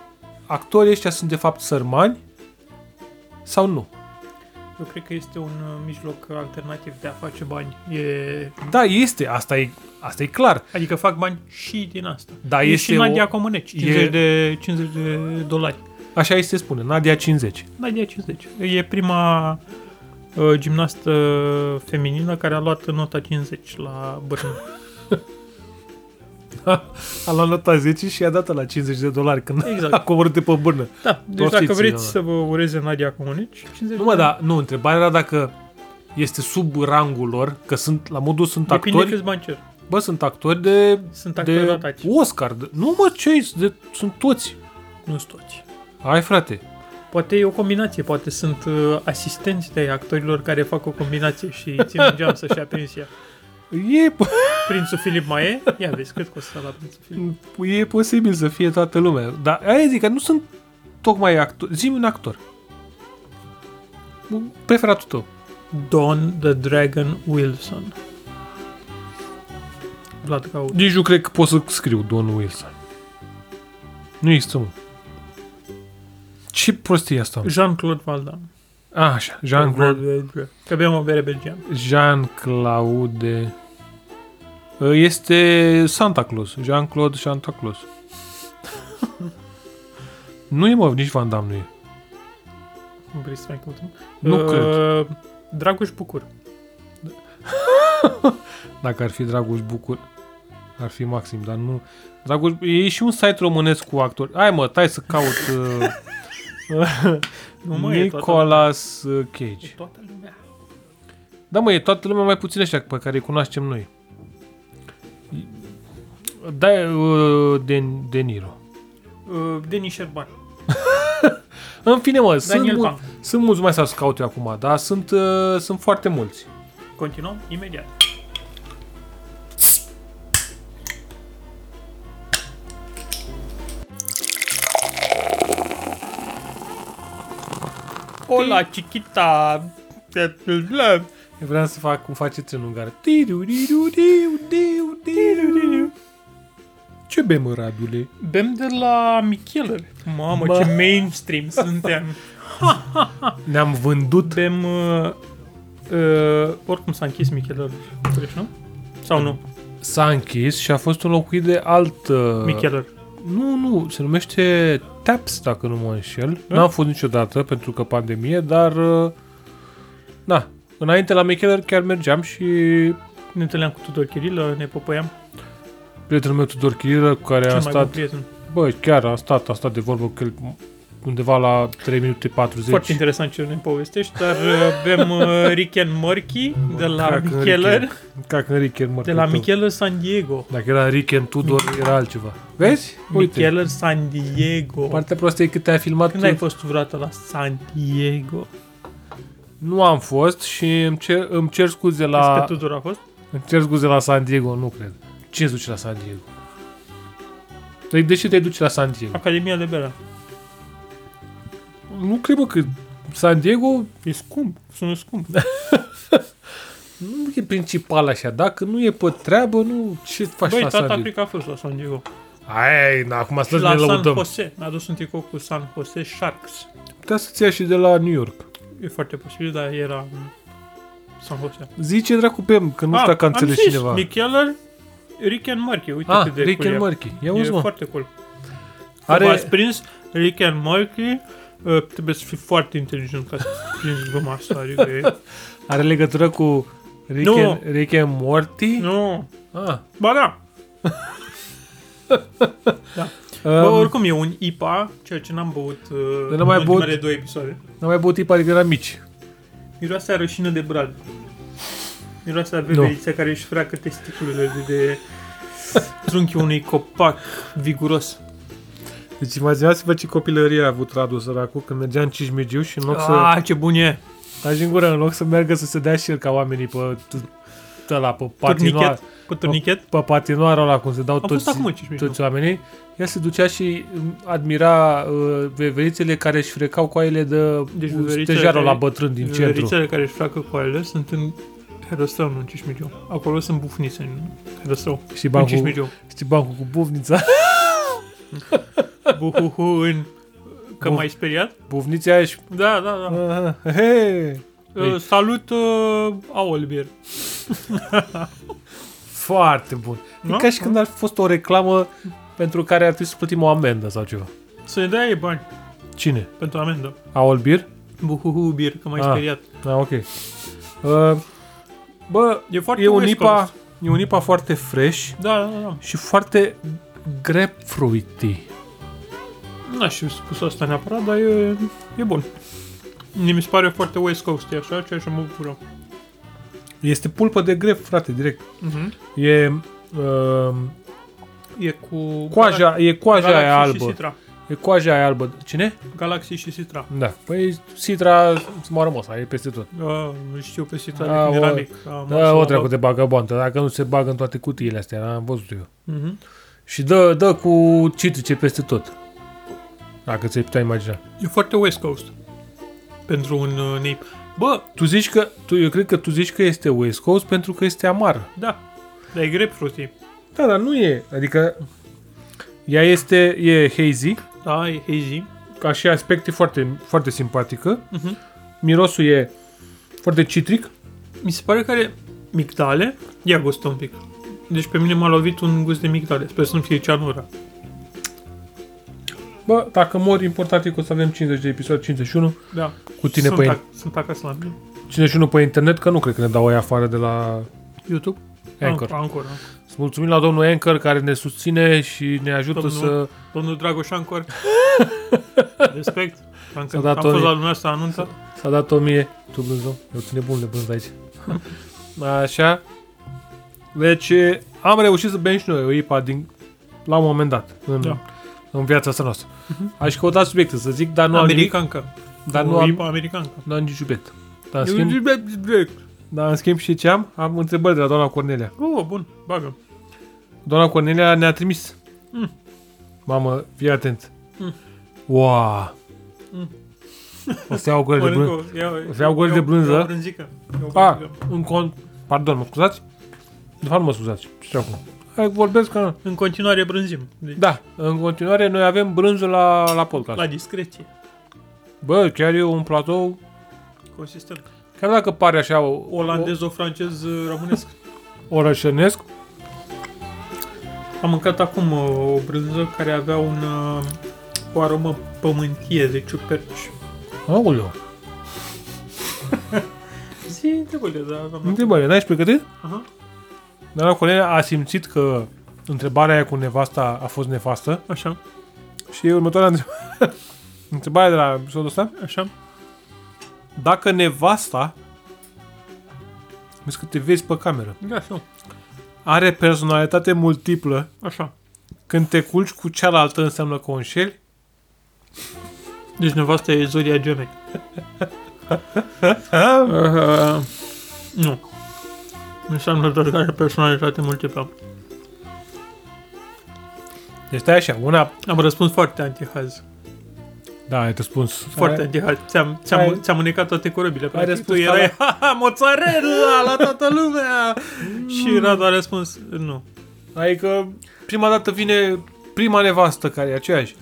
Speaker 2: actorii ăștia sunt de fapt sărmani sau nu.
Speaker 3: Eu cred că este un uh, mijloc alternativ de a face bani. E...
Speaker 2: Da, este, asta e, asta e clar.
Speaker 3: Adică fac bani și din asta.
Speaker 2: Da,
Speaker 3: e
Speaker 2: este
Speaker 3: și Nadia
Speaker 2: o-
Speaker 3: o... Comăneci, 50,
Speaker 2: e-
Speaker 3: de, 50 de dolari.
Speaker 2: Așa îi se spune, Nadia 50.
Speaker 3: Nadia 50. E prima uh, gimnastă feminină care a luat nota 50 la bărnă.
Speaker 2: A luat nota 10 și i-a dat la 50 de dolari când
Speaker 3: Exact.
Speaker 2: a coborât de pe bârnă.
Speaker 3: Da, deci
Speaker 2: Poftiți,
Speaker 3: dacă
Speaker 2: da.
Speaker 3: vreți să vă ureze Nadia Comăneci, 50
Speaker 2: Nu mă,
Speaker 3: de
Speaker 2: dar nu, întrebarea era dacă este sub rangul lor, că sunt, la modul sunt
Speaker 3: Depinde
Speaker 2: actori,
Speaker 3: câți bani cer.
Speaker 2: bă, sunt actori de,
Speaker 3: Sunt actori
Speaker 2: de
Speaker 3: ratați.
Speaker 2: Oscar, de, nu mă, ce de, sunt toți.
Speaker 3: Nu sunt toți.
Speaker 2: Ai frate,
Speaker 3: Poate e o combinație, poate sunt uh, asistenți de actorilor care fac o combinație și țin în geam să-și ia pensia.
Speaker 2: e, po-
Speaker 3: Prințul Filip mai e? Ia vezi, cât costă la Prințul Filip.
Speaker 2: e posibil să fie toată lumea, dar aia zic că nu sunt tocmai actori, zi un actor. Preferatul tău.
Speaker 3: Don the Dragon Wilson. Vlad Gaud.
Speaker 2: Nici nu cred că pot să scriu Don Wilson. Nu există, mă. Ce prostie e asta? mă?
Speaker 3: Jean-Claude Van Damme.
Speaker 2: A, așa, Jean-Claude
Speaker 3: Că bem o bere belgeană.
Speaker 2: Jean-Claude. Este Santa Claus. Jean-Claude Santa Claus. nu e, mă, nici Van Damme nu e.
Speaker 3: Nu vrei să mai căutăm?
Speaker 2: Nu
Speaker 3: Uh,
Speaker 2: cred.
Speaker 3: Dragoș Bucur.
Speaker 2: Dacă ar fi Dragoș Bucur, ar fi maxim, dar nu... Dragoș... E și un site românesc cu actori. Hai, mă, tai să caut... Uh,
Speaker 3: Nu, mă, e toată-
Speaker 2: Nicolas uh, Cage.
Speaker 3: Toată lumea.
Speaker 2: Da, mă, e toată lumea mai puțin ăștia pe care îi cunoaștem noi. Da, uh, De, De Niro.
Speaker 3: Uh, Denis Șerban.
Speaker 2: În fine, mă, sunt,
Speaker 3: Daniel
Speaker 2: mul-
Speaker 3: Pan.
Speaker 2: sunt mulți mai să caut eu acum, dar sunt, uh, sunt foarte mulți.
Speaker 3: Continuăm imediat. Cola, chichita...
Speaker 2: Eu vreau să fac cum face trenul în gară. Tiu, tiu, tiu, tiu, tiu, tiu. Ce bem, Radule?
Speaker 3: Bem de la Michele. Mamă,
Speaker 2: Bă.
Speaker 3: ce mainstream suntem.
Speaker 2: Ne-am vândut.
Speaker 3: Bem... Uh, uh, oricum s-a închis Michele, nu? Sau nu?
Speaker 2: S-a închis și a fost înlocuit de alt... Uh...
Speaker 3: Michele.
Speaker 2: Nu, nu, se numește Taps, dacă nu mă înșel.
Speaker 3: Da?
Speaker 2: N-am fost niciodată pentru că pandemie, dar... uh, Na, înainte la Micheler chiar mergeam și
Speaker 3: Ne întâlneam cu Tudor Chirilă, ne popăiam.
Speaker 2: prietenul meu Tudor Chirilă, cu care
Speaker 3: Cel
Speaker 2: am
Speaker 3: mai bun
Speaker 2: stat...
Speaker 3: prieten.
Speaker 2: Bă, chiar am stat, am stat de vorbă cu el undeva la 3 minute 40.
Speaker 3: Foarte interesant ce ne povestești, dar uh, bem uh, Rick and Morky de la
Speaker 2: Crac în
Speaker 3: Micheler.
Speaker 2: Ricken- Crac în Ricken, mă,
Speaker 3: De la Mm.
Speaker 2: cred că.
Speaker 3: Micheler San Diego.
Speaker 2: Dacă era Ricken Tudor, era altceva. Vezi? Uite,
Speaker 3: Micheler San Diego.
Speaker 2: partea proastă e cât te-ai filmat
Speaker 3: Când
Speaker 2: tu.
Speaker 3: ai fost tu vreodată la San Diego?
Speaker 2: Nu am fost și îmi cer, îmi cer scuze
Speaker 3: La...
Speaker 2: la...
Speaker 3: Pe Tudor a fost?
Speaker 2: Îmi cer scuze la San Diego, nu cred. Ce duci la San Diego? Deci de ce te duci la San Diego?
Speaker 3: Academia Libera.
Speaker 2: Nu cred bă, că San Diego
Speaker 3: E scump, sună scump.
Speaker 2: nu e principal așa. Dacă nu e pe treabă, nu ce faci
Speaker 3: Băi,
Speaker 2: la San
Speaker 3: tata
Speaker 2: Diego?
Speaker 3: cred că a fost la San Diego.
Speaker 2: Ai, na, acum
Speaker 3: Și
Speaker 2: să ne
Speaker 3: la San
Speaker 2: lăudăm.
Speaker 3: Jose. Mi-a dus un tricou cu San Jose Sharks.
Speaker 2: Putea să-ți ia și de la New York.
Speaker 3: E foarte posibil, dar era în San Jose.
Speaker 2: Zice dracu pe m, că nu știu dacă a
Speaker 3: Ah, am
Speaker 2: înțeles
Speaker 3: zis,
Speaker 2: cineva.
Speaker 3: Micheler, Rick and Morty. Uite
Speaker 2: Ah,
Speaker 3: cât de
Speaker 2: Rick
Speaker 3: cool
Speaker 2: and
Speaker 3: e.
Speaker 2: Morty. Ia
Speaker 3: E
Speaker 2: uzi, mă.
Speaker 3: foarte cool. Are...
Speaker 2: Are,
Speaker 3: V-ați prins Rick and Morty. Uh, trebuie să fii foarte inteligent ca să prinzi gluma asta, adică e...
Speaker 2: are legătură cu Rick,
Speaker 3: Nu.
Speaker 2: and, Rick and Morty?
Speaker 3: Nu,
Speaker 2: Ah,
Speaker 3: ba da. Bă,
Speaker 2: um,
Speaker 3: oricum e un IPA, ceea ce n-am băut uh,
Speaker 2: Dar n-am mai
Speaker 3: în ultimele
Speaker 2: băut-
Speaker 3: două episoade.
Speaker 2: n-am mai băut tipa de la mici.
Speaker 3: Miroase a rășină de brad. Miroase a veveriță care își freacă testiculele de, de trunchiul unui copac viguros.
Speaker 2: Deci imaginați-vă ce copilărie a avut Radu săracul când mergea în Cismigiu și în loc să...
Speaker 3: Ah, ce bun e!
Speaker 2: Taji în gură, în loc să meargă să se dea și el ca oamenii pe... Ăla, pe patinoar,
Speaker 3: Turnichet, cu turnichet.
Speaker 2: pe patinoarul ăla, cum se dau
Speaker 3: Am
Speaker 2: toți,
Speaker 3: fost acum în Cismigiu.
Speaker 2: toți oamenii, ea se ducea și m, admira uh, veverițele care își frecau coaiele de
Speaker 3: Deci
Speaker 2: deci,
Speaker 3: veverițele
Speaker 2: stejarul
Speaker 3: care-
Speaker 2: la bătrân din centru.
Speaker 3: Verițele care își freacă coalele sunt în Herăstrău, nu în Cismigiu. Acolo sunt bufnițe în Herăstrău.
Speaker 2: Și
Speaker 3: În
Speaker 2: bancul,
Speaker 3: Cismigiu.
Speaker 2: și bancul cu buvnița.
Speaker 3: Buhuhu în... Că
Speaker 2: Buf.
Speaker 3: m-ai speriat?
Speaker 2: Buvnița aia și...
Speaker 3: Da, da, da.
Speaker 2: Ah, he,
Speaker 3: Uh, salut uh, Aolbier.
Speaker 2: foarte bun. E
Speaker 3: Da?
Speaker 2: ca și când ar fi fost o reclamă pentru care ar trebui să plătim o amendă sau ceva.
Speaker 3: Să ne dea ei bani
Speaker 2: Cine?
Speaker 3: pentru amendă.
Speaker 2: Aol Bir?
Speaker 3: Buhuhu bir, că m-ai
Speaker 2: Ah.
Speaker 3: speriat.
Speaker 2: Da, ok. Uh, bă,
Speaker 3: E foarte
Speaker 2: e un,
Speaker 3: West
Speaker 2: IPA,
Speaker 3: Coast.
Speaker 2: e un IPA foarte fresh
Speaker 3: Da, da, da.
Speaker 2: și foarte grapefruity.
Speaker 3: N-aș fi spus asta neapărat, dar e, e bun. Mie Mi se pare foarte West Coast, e așa, ceea ce mă bucură.
Speaker 2: Este pulpă de grape, frate, direct.
Speaker 3: Mhm.
Speaker 2: E uh,
Speaker 3: E cu...
Speaker 2: coaja, e coaja
Speaker 3: Galaxy
Speaker 2: aia
Speaker 3: și
Speaker 2: albă.
Speaker 3: Citra.
Speaker 2: E coaja aia albă. Cine?
Speaker 3: Galaxy și Citra.
Speaker 2: Da. Păi Citra moarmosa, e peste tot.
Speaker 3: Uh, nu știu pe Citra
Speaker 2: Da,
Speaker 3: Ah, de când
Speaker 2: o-
Speaker 3: era mic. Am
Speaker 2: Da, o treacă de bagabontă, dacă nu se bagă în toate cutiile astea, am văzut eu.
Speaker 3: Mhm.
Speaker 2: Și dă, dă cu citrice peste tot. Dacă ți-ai putea imagina.
Speaker 3: E foarte West Coast. Pentru un uh, name. Bă,
Speaker 2: Tu zici că, tu, eu cred că tu zici că este West Coast pentru că este amar.
Speaker 3: da. Dar e grapefruity.
Speaker 2: Da, dar nu e. Adică ea este, e hazy,
Speaker 3: Da, e hazy.
Speaker 2: ca și aspect e foarte, foarte simpatică.
Speaker 3: Mhm.
Speaker 2: Mirosul e foarte citric.
Speaker 3: Mi se pare că are migdale. Ia gustă un pic. Deci pe mine m-a lovit un gust de migdale. Sper să nu fie ceanura.
Speaker 2: Bă, dacă mor, important e că o să avem 50 de episoade, 51.
Speaker 3: Da.
Speaker 2: Cu tine
Speaker 3: sunt,
Speaker 2: pe
Speaker 3: ac- sunt acasă la mine.
Speaker 2: 51 pe internet, că nu cred că ne dau aia afară de la
Speaker 3: YouTube?
Speaker 2: Anchor.
Speaker 3: Anchor. Anchor.
Speaker 2: Să mulțumim la domnul Anchor care ne susține și ne ajută
Speaker 3: Domnul-
Speaker 2: să...
Speaker 3: Domnul Dragoș Anchor. Respect. Am,
Speaker 2: S-a
Speaker 3: am
Speaker 2: dat
Speaker 3: fost
Speaker 2: o-
Speaker 3: la dumneavoastră anunță.
Speaker 2: S-a dat o mie. Tu brânză? Eu ține bun de brânză aici. Așa. Deci e, am reușit să bem și noi o IPA din, la un moment dat în,
Speaker 3: Da. Mhm.
Speaker 2: da. în viața asta noastră. Aș căuta subiecte să zic, dar nu am nimic,
Speaker 3: Americanca.
Speaker 2: dar nu
Speaker 3: O
Speaker 2: am,
Speaker 3: IPA americanca.
Speaker 2: nu am nici subiect. Dar în, schimb, dar în schimb și ce am? Am întrebări de la doamna Cornelia.
Speaker 3: Oh, bun, bagă.
Speaker 2: Doamna Cornelia ne-a trimis.
Speaker 3: Mm.
Speaker 2: Mamă, fii atent.
Speaker 3: Mm.
Speaker 2: Wow.
Speaker 3: Mm.
Speaker 2: O să iau gol de brânză.
Speaker 3: Mănâncă, ia,
Speaker 2: O să iau gol de Ah. brânză.
Speaker 3: Iau brânzică. Iau
Speaker 2: A,
Speaker 3: brânzică.
Speaker 2: în con... Pardon, mă scuzați? De fapt, nu mă scuzați. Ce acum? Hai, vorbesc că...
Speaker 3: În continuare brânzim. Deci,
Speaker 2: Da, în continuare noi avem brânză la, la podcast.
Speaker 3: La discreție.
Speaker 2: Bă, chiar e un platou,
Speaker 3: Consistent.
Speaker 2: chiar dacă pare așa o-
Speaker 3: Olandez-o-francez uh, românesc.
Speaker 2: o- orășănesc,
Speaker 3: Am mâncat acum uh, o brânză care avea un, uh, o aromă pământie deci de ciuperci.
Speaker 2: aoleu,
Speaker 3: Zi întrebările, dar am
Speaker 2: întrebare, n-ai pregătit?
Speaker 3: Aha.
Speaker 2: Dar Cornelia a simțit că întrebarea aia cu nevasta a fost nefastă
Speaker 3: Așa,
Speaker 2: și următoarea întrebare, întrebarea de la episodul ăsta,
Speaker 3: așa.
Speaker 2: dacă nevasta, vezi că te vezi pe cameră,
Speaker 3: Da, așa.
Speaker 2: are personalitate multiplă,
Speaker 3: Așa.
Speaker 2: când te culci cu cealaltă înseamnă că o înșeli?
Speaker 3: Deci nevasta e Zodia Gemeni.
Speaker 2: Ah,
Speaker 3: Uh, nu. Înseamnă doar că are personalitate multiplă.
Speaker 2: Deci stai așa, una...
Speaker 3: Am răspuns foarte antihaz.
Speaker 2: Da, ai răspuns.
Speaker 3: Foarte
Speaker 2: Ai-
Speaker 3: antihaz. Ți-am, ți-am,
Speaker 2: Ai-
Speaker 3: ți-am înecat toate corăbile. Practic,
Speaker 2: răspuns
Speaker 3: tu
Speaker 2: ca
Speaker 3: erai, ha, ha, mozzarella la toată lumea!
Speaker 2: Mm.
Speaker 3: Și Radu a răspuns, nu.
Speaker 2: Adică prima dată vine prima nevastă care e aceeași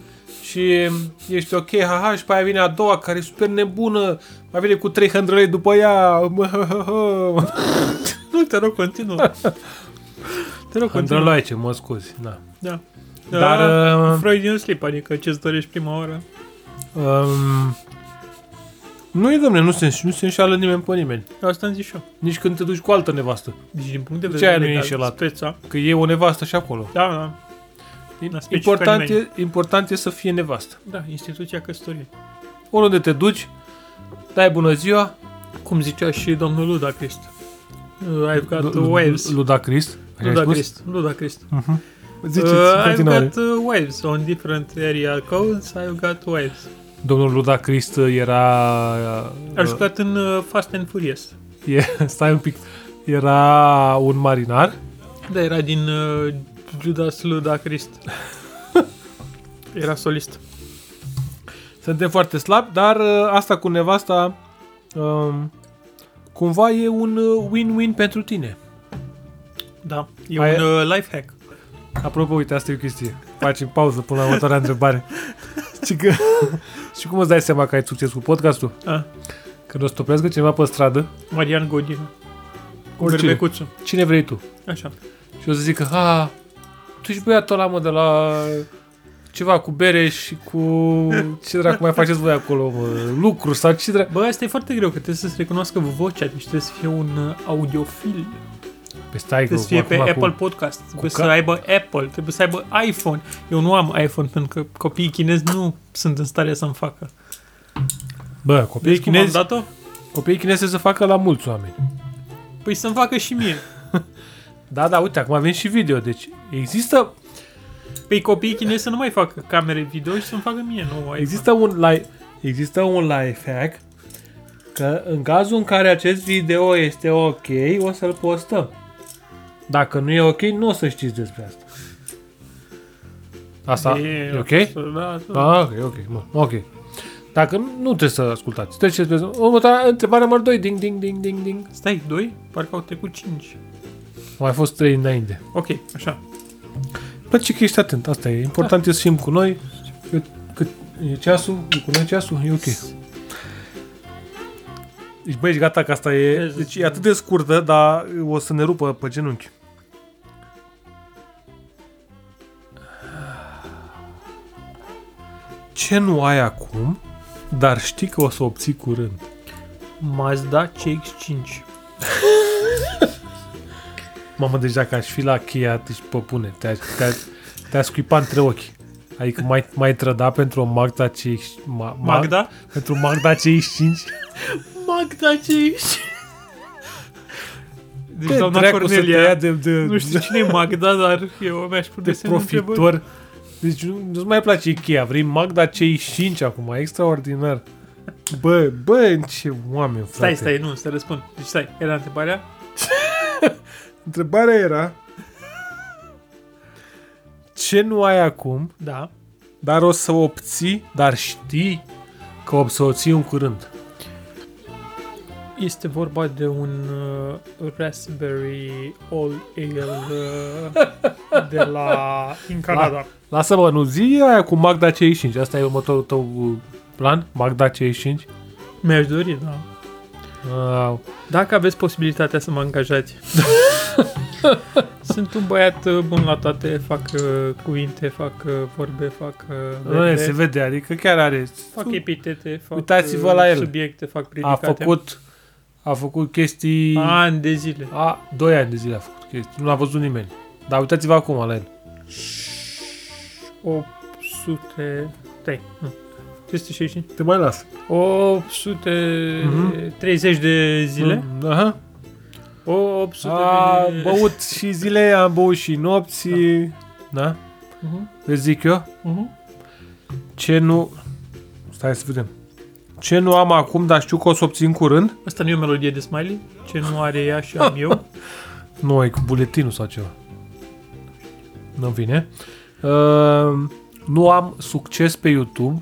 Speaker 2: și ești ok, haha, și pe aia vine a doua care e super nebună, mai vine cu trei hândrăle după ea.
Speaker 3: Nu, te rog, continuă. Te rog, continuă.
Speaker 2: Hândrăloaice, mă scuzi, da.
Speaker 3: Da.
Speaker 2: Dar,
Speaker 3: Da,
Speaker 2: uh,
Speaker 3: Freud din slip, adică ce-ți dorești prima oară.
Speaker 2: Um, nu e, domne, nu se, nu se înșală nimeni pe nimeni.
Speaker 3: Asta am zis și eu.
Speaker 2: Nici când te duci cu altă nevastă.
Speaker 3: Deci din punct de
Speaker 2: Ce
Speaker 3: vedere
Speaker 2: aia nu e
Speaker 3: legal,
Speaker 2: înșelat?
Speaker 3: speța.
Speaker 2: Că e o nevastă și acolo.
Speaker 3: Da, da. N-a specificat
Speaker 2: Important e,
Speaker 3: nimeni.
Speaker 2: important e să fie nevastă.
Speaker 3: Da, instituția căsătoriei.
Speaker 2: Oriunde te duci, dai bună ziua.
Speaker 3: Cum zicea și domnul Ludacrist. Uh, I've got
Speaker 2: Lu- Lu-
Speaker 3: waves.
Speaker 2: Ludacris. așa ai spus?
Speaker 3: Ludacrist. Ludacrist.
Speaker 2: Ziceți,
Speaker 3: uh, I've
Speaker 2: continuare.
Speaker 3: got uh, waves on different area codes. I've got waves.
Speaker 2: Uh. Domnul Ludacrist era...
Speaker 3: Aș jucat în uh, Fast and Furious.
Speaker 2: e, stai un pic. Era un marinar.
Speaker 3: Da, era din uh, Judas Ludacrist. Era solist.
Speaker 2: Suntem foarte slabi, dar uh, asta cu nevasta um, cumva e un uh, win-win pentru tine.
Speaker 3: Da, e
Speaker 2: Aia-
Speaker 3: un uh, life hack.
Speaker 2: Apropo, uite, asta e o chestie. Facem pauză până la următoarea întrebare. și, că, și cum îți dai seama că ai succes cu podcastul?
Speaker 3: Ah,
Speaker 2: Când o stopească cineva pe stradă,
Speaker 3: Marian Godin. Cu
Speaker 2: Oricine.
Speaker 3: berbecuțul.
Speaker 2: cine vrei tu?
Speaker 3: Așa.
Speaker 2: Și o să zică, ha, tu și băiatul ăla, mă, de la ceva cu bere și cu ce dracu mai faceți voi acolo, mă, lucruri sau ce dracu.
Speaker 3: Bă, asta e foarte greu, că trebuie să-ți recunoască vocea, deci trebuie să fie un uh, audiofil.
Speaker 2: Păi stai, că,
Speaker 3: Trebuie să fie pe
Speaker 2: acum,
Speaker 3: Apple
Speaker 2: Cu,
Speaker 3: Podcast, trebuie să
Speaker 2: ca-
Speaker 3: aibă Apple, trebuie să aibă iPhone. Eu nu am iPhone, pentru că copiii chinezi nu sunt în stare să-mi facă.
Speaker 2: bă, copiii
Speaker 3: Deci cum am
Speaker 2: chinezi, dat...
Speaker 3: dat-o?
Speaker 2: copiii chinezi trebuie să facă la mulți oameni.
Speaker 3: Păi să-mi facă și mie.
Speaker 2: Da, da, uite, acum avem și video, deci există,
Speaker 3: Păi copiii chinezi să nu mai facă camere video și să-mi facă mie, nu iPhone.
Speaker 2: există un live, există un live hack că în cazul în care acest video este ok, o să-l postăm. Dacă nu e ok, nu o să știți despre asta. Asta e, e ok?
Speaker 3: Da, da.
Speaker 2: Ah, ok, ok, bun, ok. Dacă nu, nu trebuie să ascultați. Treceți pe următoarea întrebare numărul 2. Ding, ding, ding, ding, ding.
Speaker 3: Stai, 2? Parcă au trecut 5.
Speaker 2: Au mai fost 3 înainte.
Speaker 3: Ok, așa.
Speaker 2: Place că ești atent, asta e. Important e să fim cu noi. Cât, cât e ceasul? E cu noi ceasul? E ok. Deci, băi, ești gata că asta e...
Speaker 3: Vezi,
Speaker 2: Deci e atât de scurtă, dar o să ne rupă pe genunchi. Ce nu ai acum, dar știi că o să obții curând?
Speaker 3: Mazda CX-5.
Speaker 2: Mamă, deci dacă aș fi la cheia, deci pe bune, te-aș, te-aș, te-aș scuipa între ochi. Adică mai, mai trăda pentru o Magda CX... Ma, ma,
Speaker 3: Magda?
Speaker 2: Pentru Magda CX5?
Speaker 3: Magda CX. Deci, doamna
Speaker 2: dracu să te ia
Speaker 3: Cornelia,
Speaker 2: de, de,
Speaker 3: nu știu cine e Magda, dar eu mi-aș pune
Speaker 2: de
Speaker 3: semnul întrebării.
Speaker 2: profitor. Deci nu, nu-ți mai place Ikea, vrei Magda CX5 acum, extraordinar. Bă, bă, ce oameni, frate.
Speaker 3: Stai, stai, nu, să răspund. Deci stai, era întrebarea?
Speaker 2: Întrebarea era... Ce nu ai acum,
Speaker 3: Da.
Speaker 2: dar o să obții, dar știi Că o să o ții în curând.
Speaker 3: Este vorba de un uh, Raspberry All Ale uh, de la din Canada. La,
Speaker 2: lasă-mă, nu zi aia cu Magda C5. Asta e următorul tău uh, plan? Magda C5?
Speaker 3: Mi-aș dori, da.
Speaker 2: Uh,
Speaker 3: Dacă aveți posibilitatea să mă angajați. Sunt un băiat uh, bun la toate, fac uh, cuvinte, fac uh, vorbe, fac uh,
Speaker 2: nu,
Speaker 3: verbe,
Speaker 2: se vede, adică chiar are...
Speaker 3: fac epitete, fac
Speaker 2: Uitați-vă
Speaker 3: uh,
Speaker 2: la el.
Speaker 3: subiecte, fac
Speaker 2: a
Speaker 3: predicate.
Speaker 2: făcut, a făcut chestii...
Speaker 3: ani de zile.
Speaker 2: A, 2 ani de zile a făcut chestii. Nu l-a văzut nimeni. Dar uitați-vă acum la el.
Speaker 3: 803. Nu. 365.
Speaker 2: Te mai las.
Speaker 3: 830 de zile.
Speaker 2: Mm, aha.
Speaker 3: O 800
Speaker 2: Hm. A
Speaker 3: de...
Speaker 2: băut și zile, am băut și nopți. Da? da?
Speaker 3: Mhm,
Speaker 2: Îți zic eu?
Speaker 3: mhm.
Speaker 2: Ce nu... Stai să vedem. Ce nu am acum, dar știu că o să obțin curând?
Speaker 3: Asta nu e o melodie de smiley? Ce nu are ea și am eu?
Speaker 2: Nu, e cu buletinul sau ceva. Nu vine. Uh, nu am succes pe YouTube,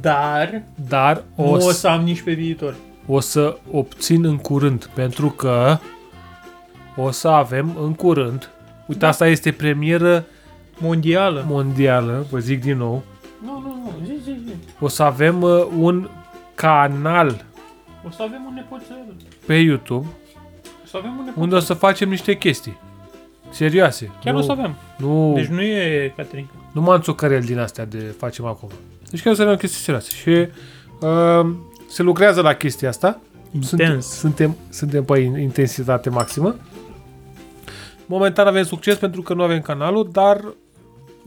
Speaker 3: Dar
Speaker 2: dar
Speaker 3: o,
Speaker 2: o,
Speaker 3: o
Speaker 2: s-
Speaker 3: să am nici pe viitor.
Speaker 2: o să obțin în curând, pentru că o să avem în curând. Uite, asta este premieră
Speaker 3: Mondială.
Speaker 2: mondială, vă zic din nou.
Speaker 3: Nu, nu, nu. Zi, zi, zi.
Speaker 2: O să avem uh, un canal
Speaker 3: O să avem un nepoțel.
Speaker 2: pe YouTube
Speaker 3: O să avem un nepoțel.
Speaker 2: unde o să facem niște chestii serioase.
Speaker 3: Chiar
Speaker 2: nu,
Speaker 3: o să avem.
Speaker 2: Nu,
Speaker 3: Deci nu e Caterinca.
Speaker 2: nu m-am țucărel din astea de facem acum. Deci chiar o să avem chestii serioase. Și uh, se lucrează la chestia asta. Suntem,
Speaker 3: Intens.
Speaker 2: suntem, suntem pe in- intensitate maximă. Momentan avem succes pentru că nu avem canalul, dar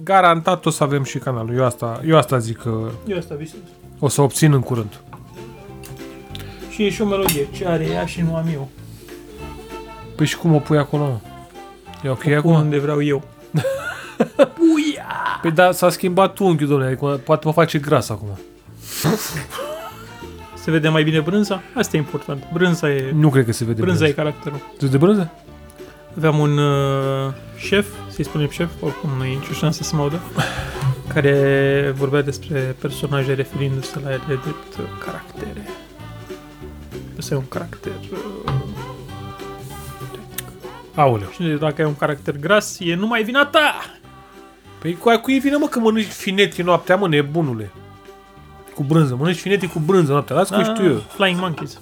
Speaker 2: garantat o să avem și canalul. Eu asta, eu asta zic că
Speaker 3: Eu asta visez.
Speaker 2: o să obțin în curând.
Speaker 3: Și e și o melodie. Ce are ea și nu am eu.
Speaker 2: Păi și cum o pui acolo? mă? E ok
Speaker 3: Acum
Speaker 2: acum?
Speaker 3: unde vreau eu.
Speaker 2: Păi da, s-a schimbat unghiul, domnule, adică poate mă face gras acum.
Speaker 3: Se vede mai bine brânza? Asta e important. Brânza e...
Speaker 2: Nu cred că se vede.
Speaker 3: Brânza e caracterul.
Speaker 2: Tu de brânză?
Speaker 3: Aveam un uh, șef, să-i spunem șef, oricum nu e nicio șansă să mă audă, care vorbea despre personaje referindu-se la ele drept uh, caractere. Ăsta e un caracter... Uh,
Speaker 2: Aoleu.
Speaker 3: și dacă ai un caracter gras, e numai vina ta!
Speaker 2: Păi cu aia cu ei vine, mă, că mănânci fineti noaptea, mă, nebunule. Cu brânză. Mănânci fineti cu brânză noaptea. Las
Speaker 3: Da.
Speaker 2: că știu eu.
Speaker 3: Ah, Flying Monkeys.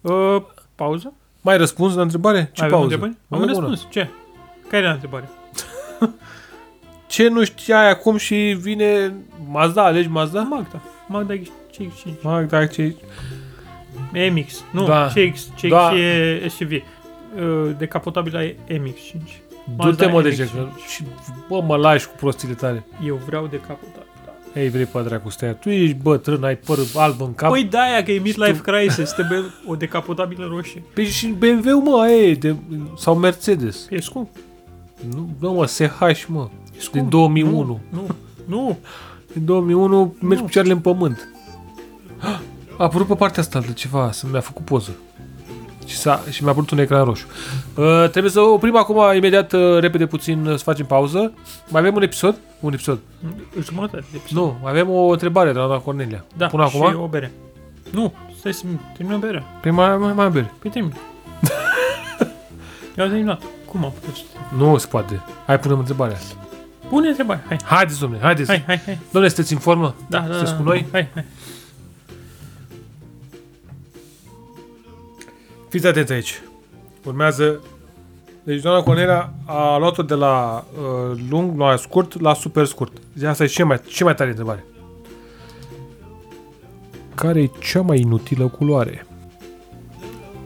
Speaker 3: Uh, pauză?
Speaker 2: Mai răspuns la întrebare? Ce
Speaker 3: Mai avem
Speaker 2: pauză?
Speaker 3: întrebări?
Speaker 2: Mai
Speaker 3: Am
Speaker 2: avem una.
Speaker 3: răspuns. Ce? Care era întrebarea?
Speaker 2: Ce nu știai acum și vine Mazda? Alegi Mazda?
Speaker 3: Da, Magda. Magda CX5.
Speaker 2: Magda, ce...
Speaker 3: MX. Nu,
Speaker 2: Da.
Speaker 3: CX. CX
Speaker 2: Da.
Speaker 3: e SUV. Uh, Decapotabila e MX5.
Speaker 2: Du-te,
Speaker 3: Mazda
Speaker 2: mă, de
Speaker 3: MX-5.
Speaker 2: ce? că- Și, bă, mă lași cu prostiile tale.
Speaker 3: Eu vreau decapotabilă.
Speaker 2: Ei, vrei pe dracu stai. Tu ești bătrân, ai păr alb în cap.
Speaker 3: Păi da, aia că e midlife crisis, trebuie o decapotabilă roșie.
Speaker 2: Păi și BMW, mă, aia e de, sau Mercedes.
Speaker 3: E scump.
Speaker 2: Nu, nu mă, SH, mă.
Speaker 3: E scump.
Speaker 2: Din 2001.
Speaker 3: Nu, nu.
Speaker 2: Din 2001 mergi cu picioarele în pământ. Ah, A apărut pe partea asta de ceva, să mi-a făcut poză. Și, s-a, și mi-a apărut un ecran roșu. Uh, trebuie să oprim acum, imediat, uh, repede puțin, uh, să facem pauză. Mai avem un episod? Un episod.
Speaker 3: nu. Jumătate de episod.
Speaker 2: Nu, mai avem o întrebare de la doamna Cornelia.
Speaker 3: Da,
Speaker 2: Până
Speaker 3: și
Speaker 2: acum?
Speaker 3: o bere. Nu, stai să terminăm berea.
Speaker 2: Păi mai, mai, mai bere.
Speaker 3: Păi termin. Eu am terminat. Cum am putut să termin?
Speaker 2: Nu se poate. Hai, punem întrebarea.
Speaker 3: Pune întrebare. Hai,
Speaker 2: Haideți, domnule, haideți.
Speaker 3: hai, hai, hai.
Speaker 2: Domnule, sunteți în formă?
Speaker 3: Da, da,
Speaker 2: Sunteți
Speaker 3: da.
Speaker 2: cu noi?
Speaker 3: Hai, hai.
Speaker 2: Fiți atenți aici. Urmează... Deci doamna Cornelia a luat-o de la uh, lung, la scurt, la super scurt. Deci asta e cea mai, cea mai tare întrebare. Care e cea mai inutilă culoare?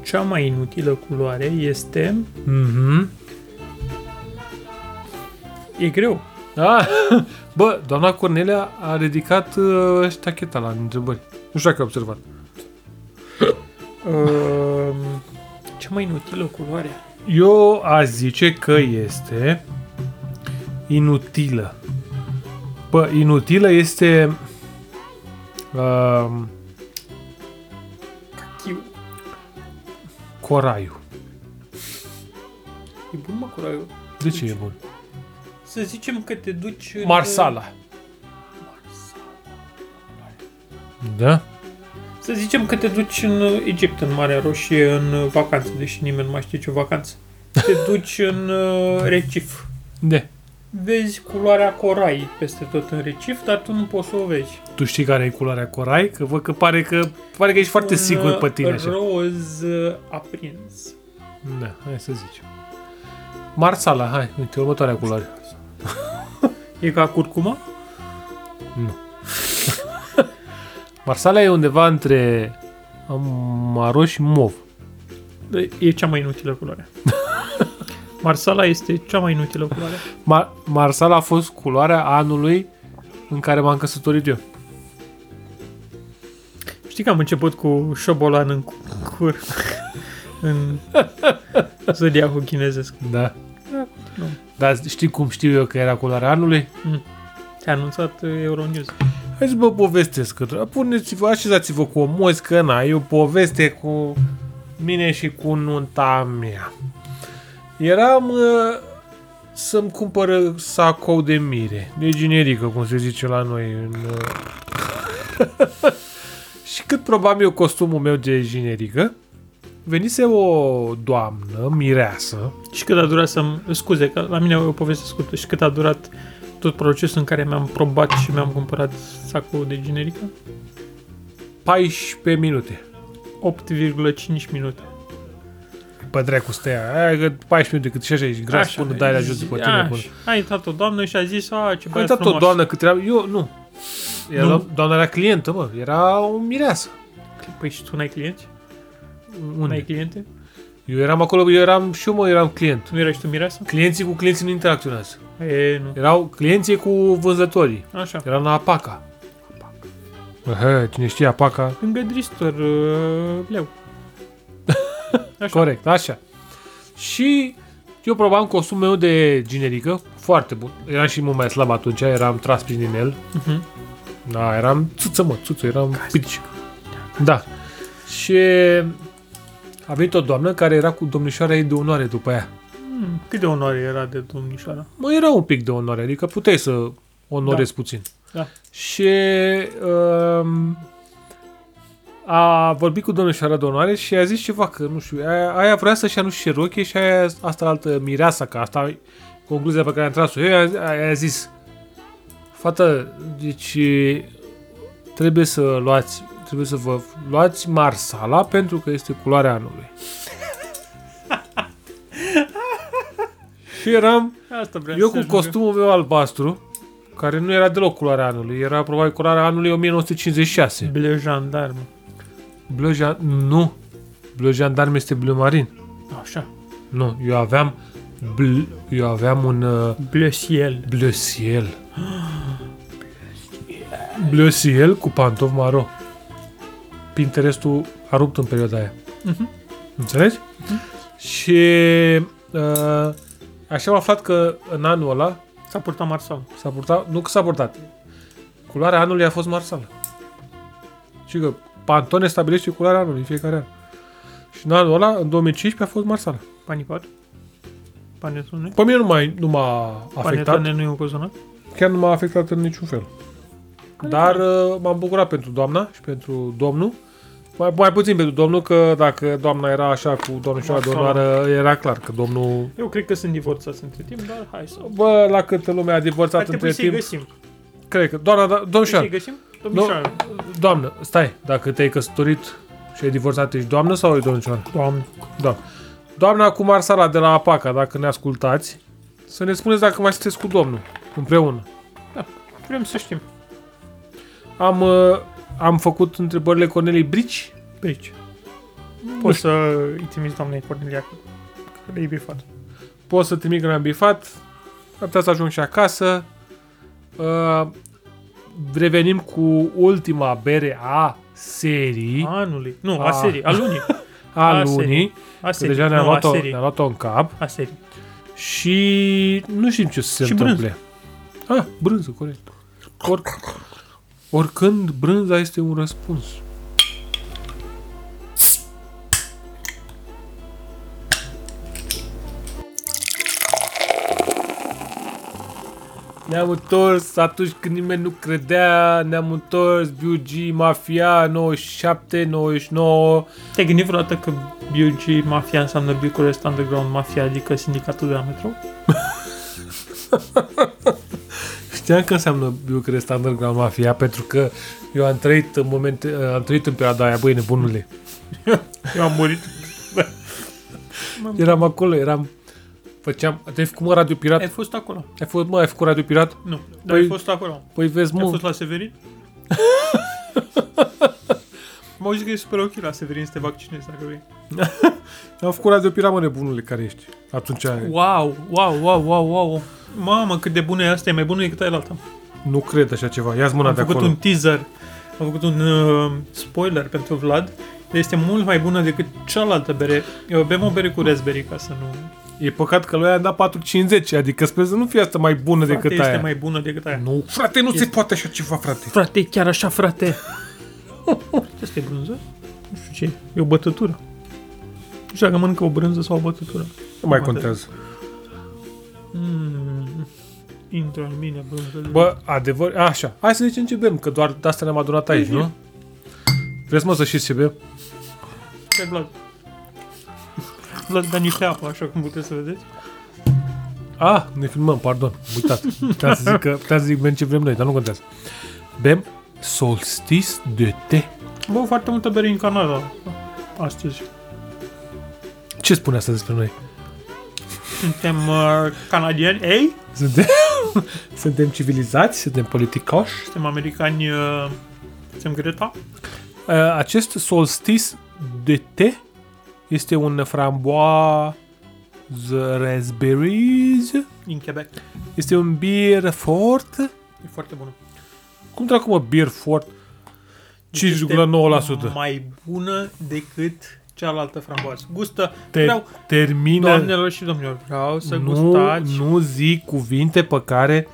Speaker 3: Cea mai inutilă culoare este...
Speaker 2: Mhm.
Speaker 3: E greu.
Speaker 2: Ah, bă, doamna Cornelia a ridicat uh, ștacheta la întrebări. Nu știu dacă ai observat.
Speaker 3: Uh,
Speaker 2: Ehm,
Speaker 3: cea mai inutilă culoare.
Speaker 2: Eu a zice că este inutilă. Bă, inutilă este... Uh,
Speaker 3: Cachiu.
Speaker 2: coraiu.
Speaker 3: E bun, mă, curaiu.
Speaker 2: De ce e bun?
Speaker 3: Să zicem că te duci... în-
Speaker 2: Marsala. Da?
Speaker 3: Să zicem că te duci în Egipt, în Marea Roșie, în vacanță, deși nimeni nu mai știe ce vacanță. Te duci în uh, Recif.
Speaker 2: De.
Speaker 3: Vezi culoarea corai peste tot în Recif, dar tu nu poți să o vezi.
Speaker 2: Tu știi care e culoarea corai? Că văd că pare că, pare că ești foarte
Speaker 3: un
Speaker 2: sigur pe tine
Speaker 3: uh,
Speaker 2: așa.
Speaker 3: roz uh, aprins.
Speaker 2: Da, hai să zicem. Marsala, hai, uite, următoarea culoare.
Speaker 3: E ca curcuma?
Speaker 2: Marsala e undeva între um, maro și mov.
Speaker 3: E cea mai inutilă culoare. Marsala este cea mai inutilă culoare.
Speaker 2: Mar- Marsala a fost culoarea anului în care m-am căsătorit eu.
Speaker 3: Știi că am început cu șobolan în cur în zodiacul chinezesc.
Speaker 2: Da.
Speaker 3: Nu.
Speaker 2: Dar știi cum știu eu că era culoarea anului?
Speaker 3: Te-a anunțat uh, Euronews.
Speaker 2: Hai să vă povestesc. Că puneți-vă, așezați-vă cu o moiscă, na, e o poveste cu mine și cu nunta mea. Eram uh, să-mi cumpăr sacou de mire, de generică, cum se zice la noi. În, uh, și cât probam eu costumul meu de generică, venise o doamnă, mireasă,
Speaker 3: Și cât a durat să-mi... Scuze, că la mine e o poveste scurtă. Și cât a durat tot procesul în care mi-am probat și mi-am cumpărat sacul de generică?
Speaker 2: 14 minute.
Speaker 3: 8,5 minute.
Speaker 2: Pe dracu stea, aia că 14 minute, cât și așa ești gras, până dai la jos după tine. până-
Speaker 3: Așa. A intrat o doamnă și a zis, a,
Speaker 2: A
Speaker 3: ce băiat
Speaker 2: uitat Păi, o
Speaker 3: frumos.
Speaker 2: doamnă cât era... Eu, nu. Era,
Speaker 3: Păi, Nu?
Speaker 2: nu. Doamna era clientă, mă. Era o mireasă.
Speaker 3: Păi și tu n-ai clienți?
Speaker 2: Unde?
Speaker 3: N-ai cliente?
Speaker 2: Eu eram acolo, eu eram și eu, mă, eram client.
Speaker 3: Nu erai și tu mireasă?
Speaker 2: Clienții cu clienții nu interacționează.
Speaker 3: E, nu.
Speaker 2: Erau clienții cu vânzătorii.
Speaker 3: Așa.
Speaker 2: Eram la Apaca. Aha, cine știe Apaca?
Speaker 3: Lângă Dristor, uh, leu. Așa.
Speaker 2: Corect, așa. Și eu probam costumul meu de generică, foarte bun. Eram și mult mai slab atunci, eram tras prin inel.
Speaker 3: Mhm.
Speaker 2: Da, eram țuță, mă, țuță, eram piticic. Da. Și a venit o doamnă care era cu domnișoara ei de onoare după ea.
Speaker 3: Mm, Cât de onoare era de domnișoara?
Speaker 2: Mă, era un pic de onoare, adică puteai să onorezi puțin.
Speaker 3: Da.
Speaker 2: Și um, a vorbit cu domnișoara de onoare și a zis ceva, că nu știu, aia, aia vrea să-și anunțe rochie și aia asta altă mireasa, că asta e concluzia pe care am tras-o eu, aia, aia a zis, fată, deci trebuie să luați, trebuie să vă luați marsala pentru că este culoarea anului. și eram
Speaker 3: Asta vreau
Speaker 2: eu
Speaker 3: să
Speaker 2: cu
Speaker 3: ajungă.
Speaker 2: costumul meu albastru, care nu era deloc culoarea anului, era probabil culoarea anului 1956.
Speaker 3: Bleu jandarm.
Speaker 2: Bleu jan- nu. Bleu jandarm este bleu marin.
Speaker 3: Așa.
Speaker 2: Nu, eu aveam bl- eu aveam un uh,
Speaker 3: Bleu ciel.
Speaker 2: bleu ciel. Bleu ciel cu pantof maro. Pinterestul a rupt în perioada aia.
Speaker 3: Mhm.
Speaker 2: Înțelegi? Și uh, așa am aflat că în anul ăla,
Speaker 3: S-a purtat marsal.
Speaker 2: S-a purtat, nu că s-a purtat. Culoarea anului a fost marsal. Și că Pantone stabilește culoarea anului în fiecare an. Și în anul ăla, în 2015, a fost marsal.
Speaker 3: Panipat. Panetone.
Speaker 2: Pe mine nu, mai, nu m-a afectat,
Speaker 3: Panetone nu e o cozonat?
Speaker 2: chiar nu m-a afectat în niciun fel. Dar uh, m-am bucurat pentru doamna și pentru domnul. Mai, mai puțin pentru domnul, că dacă doamna era așa cu domnișoara de
Speaker 3: Marsala.
Speaker 2: onoară, era clar că domnul...
Speaker 3: Eu cred că sunt divorțați între timp, dar hai să...
Speaker 2: Bă, la câtă lume a
Speaker 3: Ar
Speaker 2: divorțat între
Speaker 3: trebui să-i
Speaker 2: timp,
Speaker 3: găsim.
Speaker 2: cred că... Doamna, da,
Speaker 3: Să-i
Speaker 2: domnișoară,
Speaker 3: găsim? Domnișoara.
Speaker 2: Doamnă, stai, dacă te-ai căsătorit și ai divorțat, ești doamnă sau e domnișoară?
Speaker 3: Doamne.
Speaker 2: Da. Doamna cu Marsala de la Apaca, dacă ne ascultați, să ne spuneți dacă mai sunteți cu domnul, împreună.
Speaker 3: Vrem să știm.
Speaker 2: Am, uh, am făcut întrebările Cornelii Brici,
Speaker 3: Brici. Poți să îi trimiți doamnei Cornelia. Că e bifat.
Speaker 2: pot să trimit că mi-am bifat, ar putea să ajung și acasă. Uh, revenim cu ultima bere a serii,
Speaker 3: Anului. Nu,
Speaker 2: A.
Speaker 3: a serii. A lunii.
Speaker 2: a,
Speaker 3: a serii.
Speaker 2: lunii,
Speaker 3: A
Speaker 2: că
Speaker 3: serii.
Speaker 2: deja ne-am
Speaker 3: nu, a
Speaker 2: luat-o,
Speaker 3: serii.
Speaker 2: ne-am luat-o în cap.
Speaker 3: A serii.
Speaker 2: Și nu știm ce să se
Speaker 3: Și
Speaker 2: întâmple. Brânză. Ah, brânză, corect. Or, oricând brânza este un răspuns. Ne-am întors atunci când nimeni nu credea, ne-am întors BG, Mafia, 97, 99.
Speaker 3: Te-ai gândit vreodată că BUG Mafia înseamnă Bucharest Underground Mafia, adică sindicatul de la metro?
Speaker 2: Știam că înseamnă Bucharest Underground Mafia pentru că eu am trăit în, momente, am trăit în perioada aia, băi, nebunule.
Speaker 3: Eu am murit.
Speaker 2: Eram acolo, eram... Făceam... Te-ai făcut, mă, Radio Pirat?
Speaker 3: Ai fost acolo?
Speaker 2: Ai fost, mă, ai făcut Radio Pirat?
Speaker 3: Nu. Dar ai
Speaker 2: Păi-
Speaker 3: fost acolo.
Speaker 2: Păi vezi,
Speaker 3: Ai
Speaker 2: mă,
Speaker 3: fost la Severin? M-au zis că e super ok la Severin să te vaccinezi dacă vrei.
Speaker 2: am făcut Radio Pirat, mă, nebunule, care ești. Atunci,
Speaker 3: Wow, wow, wow, wow, wow. Mamă, cât de bună e asta, e mai bună decât aia alta.
Speaker 2: nu cred așa ceva. Ia-ți mâna
Speaker 3: Am
Speaker 2: de
Speaker 3: făcut
Speaker 2: acolo.
Speaker 3: un teaser, am făcut un uh, spoiler pentru Vlad. Este mult mai bună decât cealaltă bere. Eu bem o bere cu raspberry ca să nu...
Speaker 2: E păcat că lui aia am dat 4,50, adică sper să nu fie asta mai bună
Speaker 3: Frate,
Speaker 2: decât
Speaker 3: este
Speaker 2: aia.
Speaker 3: mai bună decât aia.
Speaker 2: Nu, frate, nu se poate așa ceva, frate.
Speaker 3: Frate, e chiar așa, frate. Ce este brânză? Nu știu ce e. E o bătătură. Nu știu dacă mănâncă o brânză sau o bătătură.
Speaker 2: Nu mai
Speaker 3: Mă
Speaker 2: contează.
Speaker 3: Mm, intră în mine brânză.
Speaker 2: Bă, adevăr... Așa, hai să zicem ce bem, că doar de asta ne-am adunat aici, nu? Vreți mă să știți ce bem?
Speaker 3: Pe Vlad. Vlad da niște apă, așa cum puteți să vedeți.
Speaker 2: Ah, ne filmăm, pardon, am uitat. Puteam să zic, că, puteam să zic bem ce vrem noi, dar nu contează. Bem solstis de te.
Speaker 3: Bă, foarte multă bere în Canada astăzi.
Speaker 2: Ce spune asta despre noi?
Speaker 3: Suntem uh, canadieni, ei,
Speaker 2: Suntem, suntem civilizați, suntem politicoși.
Speaker 3: suntem americani, uh, suntem Greta.
Speaker 2: Uh, Acest solstis de te este un framboază raspberries.
Speaker 3: Din Quebec.
Speaker 2: Este un beer fort.
Speaker 3: E foarte bună.
Speaker 2: Cum dracu mă, beer fort? 5,9%.
Speaker 3: Deci Este Deci mai bună decât cealaltă framboază. Gustă,
Speaker 2: Te,
Speaker 3: vreau,
Speaker 2: termină...
Speaker 3: doamnelor și domnilor, vreau să
Speaker 2: nu,
Speaker 3: gustați,
Speaker 2: nu zic cuvinte pe care...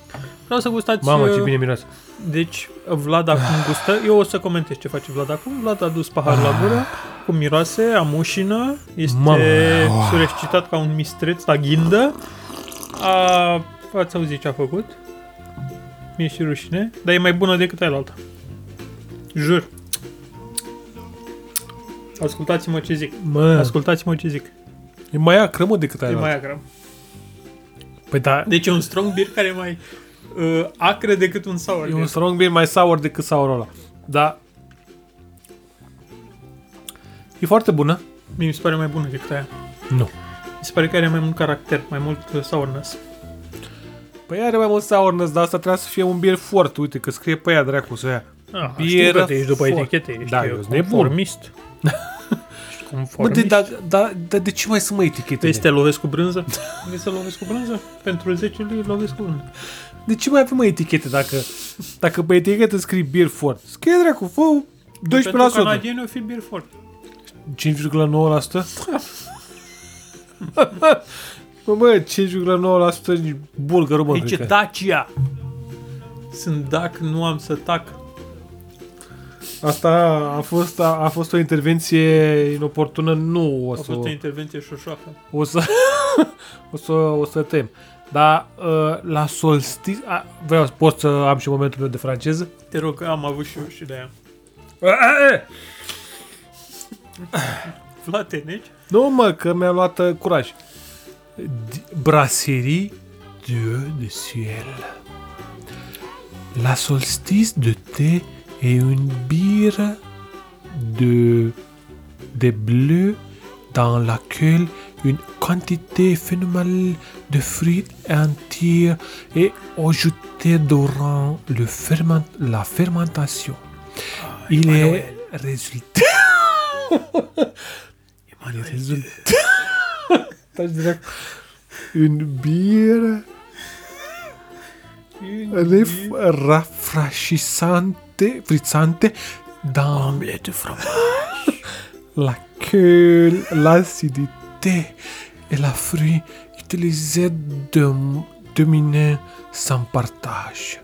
Speaker 3: vreau să gustați,
Speaker 2: Mamă,
Speaker 3: uh,
Speaker 2: ce bine miroase.
Speaker 3: deci Vlad
Speaker 2: Ah.
Speaker 3: acum gustă, eu o să comentez ce face Vlad acum, Vlad a dus paharul la gură, cum miroase, amușină,
Speaker 2: Mamă.
Speaker 3: este surescitat ca un mistreț la ghindă, a, ați auzit ce a făcut, mi-e și rușine, dar e mai bună decât aia la alta. jur. Ascultați-mă ce zic.
Speaker 2: Mă,
Speaker 3: Ascultați-mă ce zic.
Speaker 2: e mai acrămă decât aia.
Speaker 3: E mai
Speaker 2: Mai...
Speaker 3: acră.
Speaker 2: Păi da,
Speaker 3: Deci e un strong beer care e mai uh, acre decât un sour
Speaker 2: e
Speaker 3: beer.
Speaker 2: un strong beer mai sour decât sourul ăla. Da. E foarte bună.
Speaker 3: Mie mi se pare mai bună decât aia.
Speaker 2: Nu.
Speaker 3: Mi se pare că are mai mult caracter, mai mult uh, sourness.
Speaker 2: Păi are mai mult sourness, dar asta trebuie să fie un beer fort. Uite că scrie pe ea, dracu, să o ia.
Speaker 3: Ah,
Speaker 2: Bieră
Speaker 3: știu că te ești după
Speaker 2: fort.
Speaker 3: etichete, ești
Speaker 2: Da,
Speaker 3: uh,
Speaker 2: eu sunt nebun.
Speaker 3: conformist. Ești
Speaker 2: Bă, de,
Speaker 3: conformist.
Speaker 2: da, da, da, de ce mai sunt mă etichetele?
Speaker 3: Vrei să te lovesc cu brânză? Vrei să lovesc cu brânză? Pentru 10 lei lovesc cu brânză.
Speaker 2: De ce mai avem mă etichete dacă, dacă pe etichetă scrii beer fort? Scrie dracu, fă
Speaker 3: Pentru
Speaker 2: 12%.
Speaker 3: canadieni o fi beer fort.
Speaker 2: 5,9%? Bă, bă, 5,9% nici bulgărul, mă,
Speaker 3: Zice
Speaker 2: cred că.
Speaker 3: Dacia. Sunt dac, nu am să tac.
Speaker 2: Asta a fost, a, a fost o intervenție inoportună, nu o
Speaker 3: A
Speaker 2: să...
Speaker 3: fost o intervenție șoșoacă.
Speaker 2: O să, o să, o să tem. Dar uh, la solstițiu... Vreau, pot să am și momentul meu de franceză?
Speaker 3: Te rog, că am avut și eu și de aia. Vlad, te neci?
Speaker 2: Nu, mă, că mi-a luat uh, curaj. D- Brasserie Dieu de Ciel. La solstice de thé et une bière de, de bleu dans laquelle une quantité phénoménale de fruits entiers est ajoutée durant le ferment, la fermentation. Il est résulté. Il est résulté. une bière ref- rafraîchissante, frizzante, dans
Speaker 3: Omelette fromage.
Speaker 2: laquelle l'acidité et la fruit utilisés dom- dominent sans partage.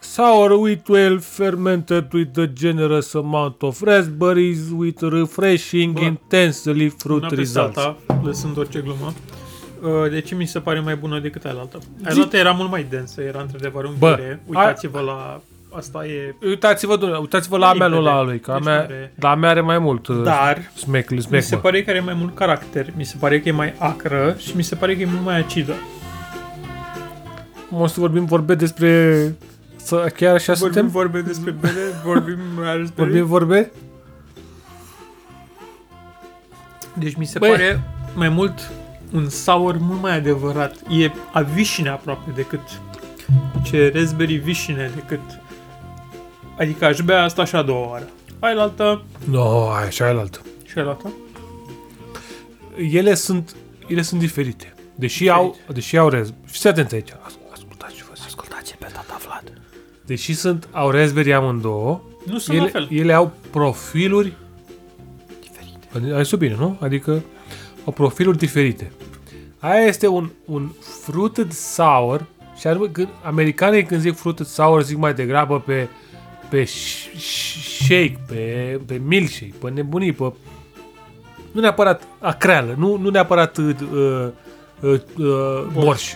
Speaker 2: Sour wheat well fermented with a generous amount of raspberries with refreshing
Speaker 3: Bă,
Speaker 2: intensely fruit
Speaker 3: Una peste
Speaker 2: results.
Speaker 3: alta, lăsând orice glumă. Uh, Deci mi se pare mai bună decât aia Aia era mult mai densă, era într-adevăr un
Speaker 2: Bă,
Speaker 3: bire. Uitați-vă la... Asta e...
Speaker 2: Uitați-vă, domnule, uitați-vă la a mea, nu la a lui, că a
Speaker 3: Deci
Speaker 2: mea,
Speaker 3: are-
Speaker 2: la a mea are mai mult uh,
Speaker 3: Dar
Speaker 2: smecl,
Speaker 3: mi se
Speaker 2: smecl,
Speaker 3: pare că are mai mult caracter, mi se pare că e mai acră și mi se pare că e mult mai acidă.
Speaker 2: O să vorbim, vorbesc despre... Să, chiar așa
Speaker 3: Vorbim
Speaker 2: suntem?
Speaker 3: vorbe despre bere, vorbim mai ales despre-
Speaker 2: Vorbim, vorbe?
Speaker 3: Deci mi se
Speaker 2: Băi.
Speaker 3: pare mai mult un sour mult mai adevărat. E a vișine aproape decât ce raspberry vișine decât... Adică aș bea asta așa a doua oară. Ailaltă
Speaker 2: No, așa e altă.
Speaker 3: și ailaltă.
Speaker 2: ele sunt, ele sunt diferite. Deși au, deși au rez... Fiți atenți aici. As- Ascultați-vă. Ascultați pe tata Vlad. Deși sunt, au raspberry amândouă,
Speaker 3: Nu sunt la
Speaker 2: ele,
Speaker 3: fel.
Speaker 2: ele au profiluri diferite. Ai zis bine, nu? Adică au profiluri diferite. Aia este un, un fruited sour și anume, când, americanii când zic fruited sour zic mai degrabă pe pe sh- sh- shake, pe, pe milkshake, pe nebunii, pe nu neapărat acreală, nu, nu neapărat uh, uh, uh, uh, borș.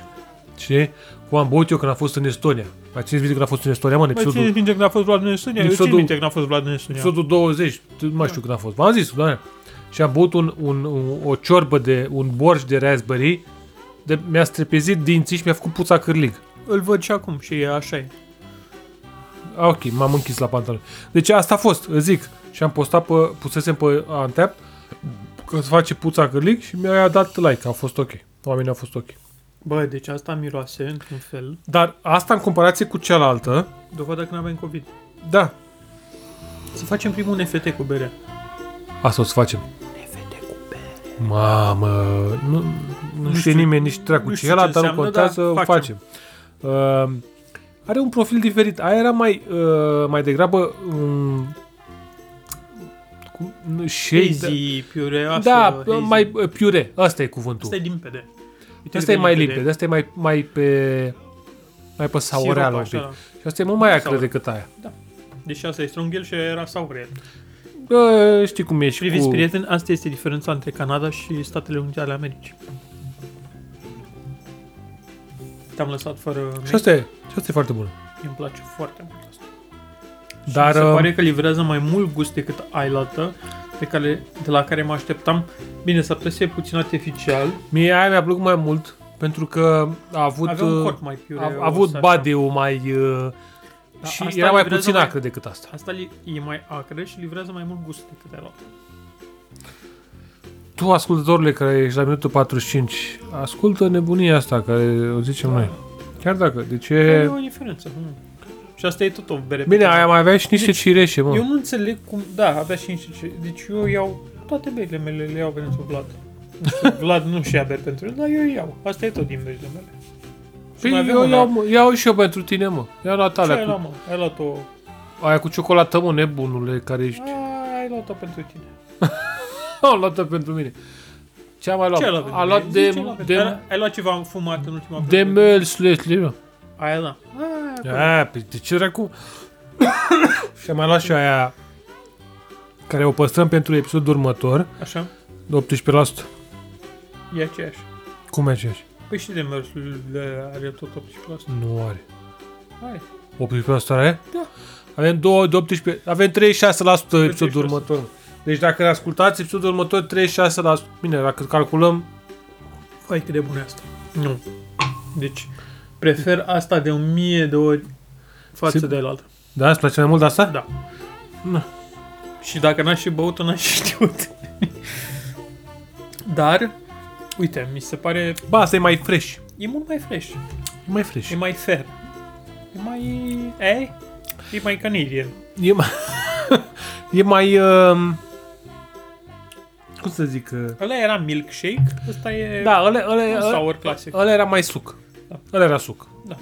Speaker 2: Știi? Cu am băut eu când am fost în Estonia. Mai țineți minte când am fost în Estonia, mă, în
Speaker 3: Mai
Speaker 2: episodul...
Speaker 3: țineți minte când a fost Vlad în Estonia? Eu țin
Speaker 2: Episodul-
Speaker 3: minte când a fost Vlad în Estonia.
Speaker 2: Episodul 20, nu mai știu când a fost. V-am zis, doamne. Și am băut un, un, un, o ciorbă de un borș de raspberry. De, mi-a strepezit dinții și mi-a făcut puța cârlig.
Speaker 3: Îl văd și acum și e așa e.
Speaker 2: Ah, ok, m-am închis la pantalon. Deci asta a fost, îți zic. Și am postat pe, pusesem pe Antep că se face puța cârlig și mi-a dat like. A fost ok. Oamenii au fost ok.
Speaker 3: Bă, deci asta miroase într-un fel.
Speaker 2: Dar asta în comparație cu cealaltă,
Speaker 3: Dovadă că n-avem COVID.
Speaker 2: da,
Speaker 3: Să facem primul un EFT cu bere.
Speaker 2: asta o să facem. Mamă, nu, nu, nu știe
Speaker 3: știu-
Speaker 2: nimeni nici treacu
Speaker 3: nu
Speaker 2: ce
Speaker 3: știu
Speaker 2: e ăla,
Speaker 3: ce
Speaker 2: dar nu
Speaker 3: înseamnă,
Speaker 2: contează,
Speaker 3: dar
Speaker 2: o facem.
Speaker 3: facem.
Speaker 2: Uh, are un profil diferit. Aia era mai, uh, mai degrabă um, cum, nu, shade.
Speaker 3: Hazy, piureasă,
Speaker 2: Da,
Speaker 3: hazy.
Speaker 2: mai uh, piure. Asta e cuvântul.
Speaker 3: Asta e limpede. Uite
Speaker 2: Asta
Speaker 3: cât
Speaker 2: e
Speaker 3: de
Speaker 2: mai limpede, asta e mai, mai pe mai pe
Speaker 3: Sirop,
Speaker 2: saureală un
Speaker 3: așa.
Speaker 2: pic. Și asta e mult mai acră
Speaker 3: Saure.
Speaker 2: decât aia.
Speaker 3: Deci asta e strongel și era saure.
Speaker 2: Bă, știi cum e și
Speaker 3: Priviți,
Speaker 2: cu...
Speaker 3: prieteni, asta este diferența între Canada și Statele Unite ale Americii. Te-am lăsat fără...
Speaker 2: Și asta e, și asta e foarte bună.
Speaker 3: Îmi place foarte mult asta.
Speaker 2: Dar,
Speaker 3: Dar, mi se
Speaker 2: uh,
Speaker 3: pare că livrează mai mult gust decât ailaltă, pe care, de la care mă așteptam. Bine, s-ar putea să fie puțin artificial.
Speaker 2: Mie aia mi-a plăcut mai mult pentru că a avut
Speaker 3: Avea un
Speaker 2: uh,
Speaker 3: corp mai piure.
Speaker 2: a,
Speaker 3: o
Speaker 2: a avut
Speaker 3: să-
Speaker 2: body-ul mai uh,
Speaker 3: Da,
Speaker 2: și
Speaker 3: asta
Speaker 2: era mai
Speaker 3: livrează
Speaker 2: puțin
Speaker 3: mai-
Speaker 2: acră decât asta.
Speaker 3: Asta li- e mai acră și livrează mai mult gust decât ailaltă.
Speaker 2: Tu, ascultătorule care ești la minutul 45, ascultă nebunia asta care o zicem
Speaker 3: Da.
Speaker 2: noi. Chiar dacă, de
Speaker 3: E
Speaker 2: ce...
Speaker 3: o diferență. Mm. Și asta e tot o bere. pe
Speaker 2: Bine,
Speaker 3: care-
Speaker 2: aia mai avea și niște
Speaker 3: Deci,
Speaker 2: cireșe, mă.
Speaker 3: Eu nu înțeleg cum... Da, avea și niște... ce- Deci eu iau... Toate berile mele le iau pentru Vlad. Nu știu, Vlad nu și ia beri pentru el, dar eu iau. Asta e tot din berile mele.
Speaker 2: Păi
Speaker 3: mai avem
Speaker 2: eu
Speaker 3: una.
Speaker 2: iau, mă, iau și eu pentru tine, mă. Ia la
Speaker 3: Ce ai
Speaker 2: tale,
Speaker 3: luat,
Speaker 2: cu,
Speaker 3: mă? Ai luat-o...
Speaker 2: aia cu ciocolată, mă, nebunule, care ești...
Speaker 3: A, Ai luat-o pentru tine.
Speaker 2: Am luat pentru mine. Ce am mai luat?
Speaker 3: Ce ai luat
Speaker 2: Da. A
Speaker 3: pentru
Speaker 2: luat
Speaker 3: tine?
Speaker 2: de...
Speaker 3: Zi ce ai luat pentru-
Speaker 2: de...
Speaker 3: Ai- Ai luat ceva fumat în ultima
Speaker 2: De
Speaker 3: perioadă?
Speaker 2: Melslesley, mă.
Speaker 3: Aia da. Aia, acolo.
Speaker 2: A, păi de ce dracu? și am mai luat și aia care o păstrăm pentru episodul următor,
Speaker 3: Așa?
Speaker 2: 18%.
Speaker 3: E aceeași.
Speaker 2: Cum e aceeași?
Speaker 3: Păi și de mersul de are tot 18%.
Speaker 2: Nu are.
Speaker 3: Hai.
Speaker 2: 18% are?
Speaker 3: Da.
Speaker 2: Avem 2 de 18, avem 36% episodul
Speaker 3: 36.
Speaker 2: următor. Deci dacă ne ascultați episodul următor, 36%. Bine, dacă calculăm,
Speaker 3: Fai cât de bun e asta. Nu. Deci, prefer asta de o mie de ori față
Speaker 2: Sim-
Speaker 3: de altă.
Speaker 2: da, îți place mai mult asta?
Speaker 3: Da. Și dacă n-aș fi băut-o, n-aș fi știut. Dar, uite, mi se pare...
Speaker 2: Ba, asta e mai fresh.
Speaker 3: E mult mai fresh.
Speaker 2: E mai fresh.
Speaker 3: E mai fair. E mai... E? E mai Canadian.
Speaker 2: E mai... e mai... Uh, cum să zic... Uh,
Speaker 3: Ăla era milkshake, ăsta e
Speaker 2: da, ăla, ăla,
Speaker 3: un
Speaker 2: ăla,
Speaker 3: sour clasic.
Speaker 2: Ăla era mai suc.
Speaker 3: Da.
Speaker 2: Ăla era suc.
Speaker 3: Da.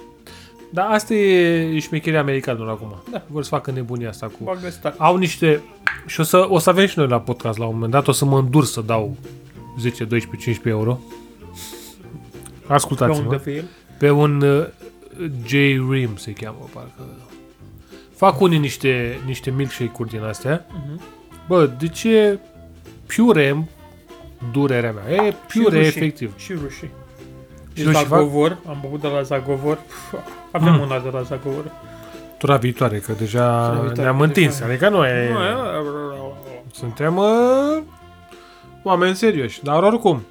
Speaker 2: Dar asta e șmecheria americanilor acum.
Speaker 3: Da.
Speaker 2: Vor să facă nebunia asta cu...
Speaker 3: Bag de star.
Speaker 2: Au niște... Și o să, o să avem și noi la podcast la un moment dat. O să mă îndur să dau 10, 12, 15 euro.
Speaker 3: Pe
Speaker 2: Ascultați-mă.
Speaker 3: unde fi el?
Speaker 2: Pe un uh, J. Rim se cheamă, parcă. Fac unii niște, niște milkshake-uri din astea.
Speaker 3: Mhm.
Speaker 2: Bă, de ce pure durerea mea? E
Speaker 3: Și
Speaker 2: pure
Speaker 3: rușii.
Speaker 2: efectiv.
Speaker 3: Și rușii. Și Zagovor, am băut de la Zagovor. Pf, avem mm. una de la Zagovor.
Speaker 2: Tura viitoare, că deja
Speaker 3: Tura viitoare,
Speaker 2: ne-am
Speaker 3: că
Speaker 2: întins.
Speaker 3: deja-
Speaker 2: Adică nu e...
Speaker 3: Nu, e-
Speaker 2: Suntem uh, oameni serioși, dar oricum.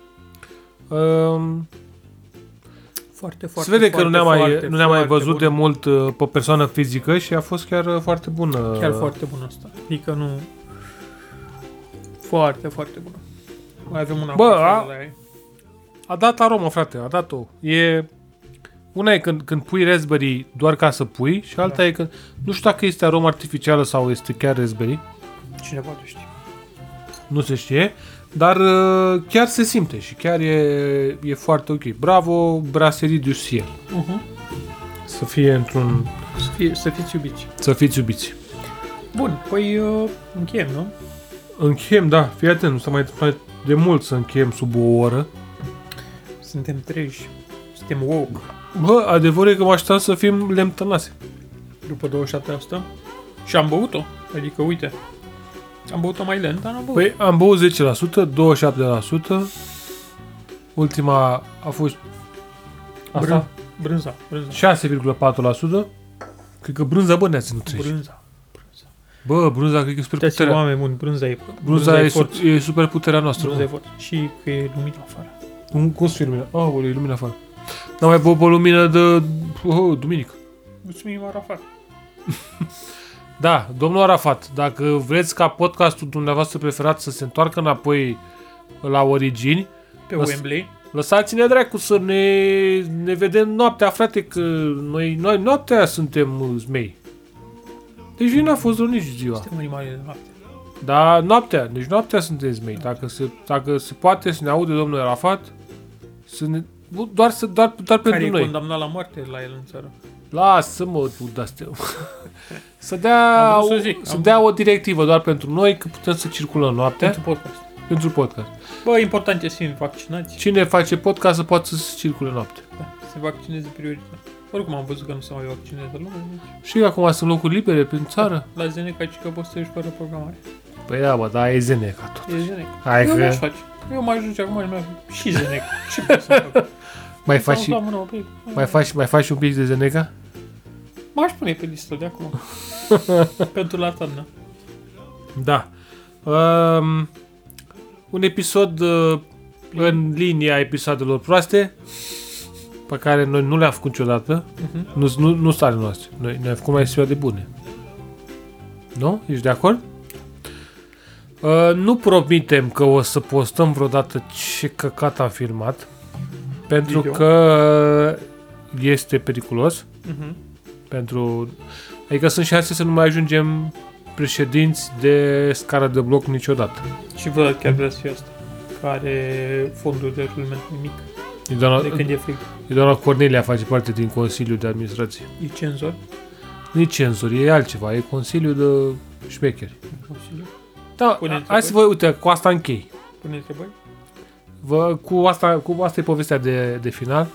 Speaker 2: Uh, se
Speaker 3: Foarte, foarte,
Speaker 2: vede că
Speaker 3: foarte,
Speaker 2: nu ne-am mai,
Speaker 3: foarte,
Speaker 2: nu ne-am mai
Speaker 3: foarte
Speaker 2: văzut
Speaker 3: bun.
Speaker 2: de mult uh, pe persoană fizică și a fost chiar uh, foarte bună.
Speaker 3: Chiar foarte bun asta. Adică nu... Foarte, foarte bun. Mai avem una
Speaker 2: Bă,
Speaker 3: cu fel
Speaker 2: a-
Speaker 3: de la ei.
Speaker 2: A dat aromă, frate, a dat-o. E... Una e când, când pui raspberry doar ca să pui și alta
Speaker 3: Da.
Speaker 2: e când... Nu știu dacă este aromă artificială sau este chiar raspberry.
Speaker 3: Cineva nu știe.
Speaker 2: nu se știe, dar uh, chiar se simte și chiar e, e foarte ok. Bravo, Brasserie du Ciel.
Speaker 3: Uh-huh.
Speaker 2: Să fie într-un...
Speaker 3: Să, fie, să fiți iubiți.
Speaker 2: să fiți iubiți.
Speaker 3: Bun, păi uh, încheiem, nu?
Speaker 2: Încheiem, da, fii atent, nu s-a mai întâmplat de mult să încheiem sub o oră.
Speaker 3: Suntem treji. Suntem woke.
Speaker 2: Bă, adevărul e că mă așteptam să fim lemtănase.
Speaker 3: După 27 asta. Și am băut-o. Adică, uite. Am băut-o mai lent, dar am băut.
Speaker 2: Păi am băut 10%, 27%, ultima a fost asta,
Speaker 3: Brân- brânza, brânza.
Speaker 2: 6,4%. Cred că brânza, bă, ne-a ținut treci.
Speaker 3: Brânza.
Speaker 2: Bă, brânza, cred că e super
Speaker 3: Uitați-vă,
Speaker 2: puterea.
Speaker 3: oameni buni, brânza e brânza,
Speaker 2: Brânza e,
Speaker 3: fort.
Speaker 2: su- e super puterea noastră.
Speaker 3: Brânza
Speaker 2: bă.
Speaker 3: e fort. Și că e lumină afară.
Speaker 2: Cum, cum se lumina? Oh, e lumina afară. N-am mai văzut pe lumină de oh, duminică.
Speaker 3: Mulțumim, Arafat.
Speaker 2: Da, domnul Arafat, dacă vreți ca podcastul dumneavoastră preferat să se întoarcă înapoi la origini,
Speaker 3: Pe
Speaker 2: Lăs-
Speaker 3: Wembley.
Speaker 2: lăsați-ne dracu să ne, ne vedem noaptea, frate, că noi, noi noaptea suntem uh, zmei. Deci nu a fost rău nici ziua.
Speaker 3: Suntem animale de noapte.
Speaker 2: Da, noaptea, deci noaptea suntem zmei. Dacă se, dacă se poate să ne aude domnul Arafat, să ne, bu- doar, să, doar, doar
Speaker 3: Care
Speaker 2: pentru
Speaker 3: e
Speaker 2: noi.
Speaker 3: condamnat la moarte la el în țară.
Speaker 2: Lasă-mă tu de astea. Să dea,
Speaker 3: Am
Speaker 2: o,
Speaker 3: vrut
Speaker 2: să,
Speaker 3: să zic,
Speaker 2: să
Speaker 3: am-
Speaker 2: dea o directivă doar pentru noi că putem să circulăm noaptea
Speaker 3: Pentru
Speaker 2: pentru,
Speaker 3: podcast.
Speaker 2: pentru podcast.
Speaker 3: Bă, important e să fim vaccinați.
Speaker 2: Cine face podcast să poată să circule noaptea.
Speaker 3: Da, se vaccineze prioritar. Oricum am văzut că nu se mai vaccinează lumea. Deci
Speaker 2: Și acum sunt locuri libere prin țară?
Speaker 3: la Zeneca ci că poți să ieși fără programare.
Speaker 2: Păi da, bă, da, e zene ca tot.
Speaker 3: E Zeneca.
Speaker 2: Hai
Speaker 3: Eu
Speaker 2: că
Speaker 3: mi-aș face. Eu mai ajunge acum, mai și Zeneca. Ce pot să fac?
Speaker 2: mai faci,
Speaker 3: Am
Speaker 2: și,
Speaker 3: dat mâna, mă prind.
Speaker 2: mai, faci, mai faci un pic de zeneca?
Speaker 3: M-aș pune pe listă de acum. Pentru la toamnă.
Speaker 2: Da. Um, un episod uh, în linia episoadelor proaste pe care noi nu le-am făcut niciodată.
Speaker 3: Mhm.
Speaker 2: Nu, nu, nu stare noastre. Noi ne-am făcut mai ziua de bune. Nu? Ești de acord? Uh, nu promitem că o să postăm vreodată ce căcat am filmat. Pentru
Speaker 3: Video.
Speaker 2: că este periculos.
Speaker 3: Mhm.
Speaker 2: Pentru... Adică sunt șanse să nu mai ajungem președinți de scară de bloc niciodată.
Speaker 3: Și văd chiar vrea să fie asta. Care fondul de rulment e mic.
Speaker 2: E doamna,
Speaker 3: De când e frig.
Speaker 2: e doamna Cornelia face parte din Consiliul de Administrație.
Speaker 3: E cenzor.
Speaker 2: Nici cenzuri, e altceva, e Consiliul de Șmecheri. Da,
Speaker 3: Pune întrebări.
Speaker 2: hai să vă, uite, cu asta închei.
Speaker 3: Pune întrebări.
Speaker 2: Vă, cu, asta, cu asta e povestea de, de final.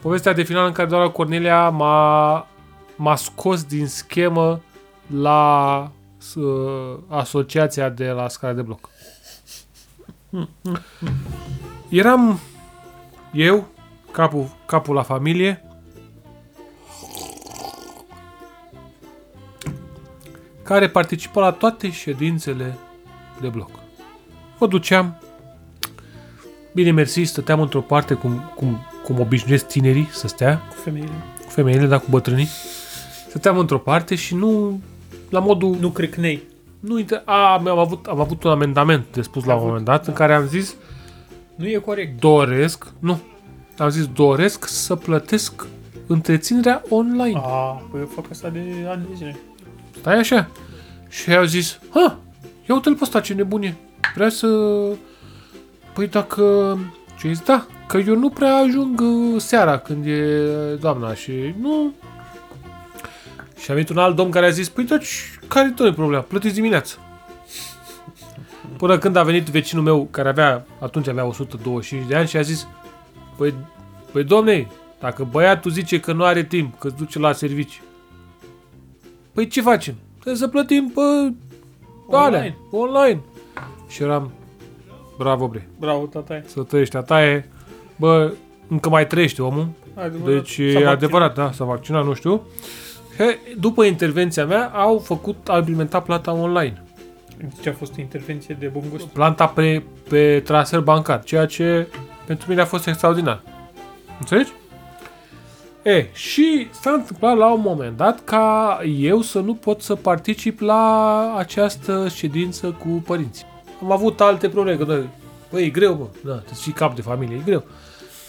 Speaker 2: Povestea de final în care doamna Cornelia m-a, m-a scos din schemă la s- asociația de la scara de bloc. Hmm. Eram eu, capul, capul la familie, care participă la toate ședințele de bloc. Mă duceam, Bine, mersi, stăteam într-o parte cum, cum, cum obișnuiesc tinerii să stea,
Speaker 3: Cu femeile.
Speaker 2: cu femeile, dar cu bătrânii. Stăteam într-o parte și nu, la modul,
Speaker 3: Nu crâcnei.
Speaker 2: nu, inter- a, am avut, am avut un amendament de spus la un
Speaker 3: avut,
Speaker 2: moment dat în care am zis,
Speaker 3: Nu e corect.
Speaker 2: doresc, nu, am zis, doresc să plătesc întreținerea online.
Speaker 3: A, păi eu fac asta de ani de zile.
Speaker 2: Stai așa. Și au zis, ha, ia uite-l pe ăsta ce nebunie. Vrea să... Păi dacă... Ce zis, da, că eu nu prea ajung uh, seara când e uh, doamna și nu... Și a venit un alt domn care a zis, păi deci, care e problema? Plătiți dimineața. Până când a venit vecinul meu, care avea, atunci avea 125 de ani și a zis, păi, păi domne, dacă băiatul zice că nu are timp, că se duce la servici, Păi ce facem? Trebuie să plătim pe
Speaker 3: Online.
Speaker 2: online. online. Și eram, bravo bre,
Speaker 3: Bravo, tataie.
Speaker 2: să trăiești ataie. Bă, Încă mai trăiește omul.
Speaker 3: Adevărat,
Speaker 2: Deci
Speaker 3: s-a
Speaker 2: e
Speaker 3: vaccinat.
Speaker 2: adevărat, da, s-a vaccinat, nu știu. He, după intervenția mea au făcut, au implementat plata online.
Speaker 3: Deci a fost o intervenție de bun gust.
Speaker 2: Plata pe, pe transfer bancar, ceea ce pentru mine a fost extraordinar. Înțelegi? E, și s-a întâmplat la un moment dat ca eu să nu pot să particip la această ședință cu părinții. Am avut alte probleme, că noi, băi, e greu, mă, da, te și cap de familie, e greu.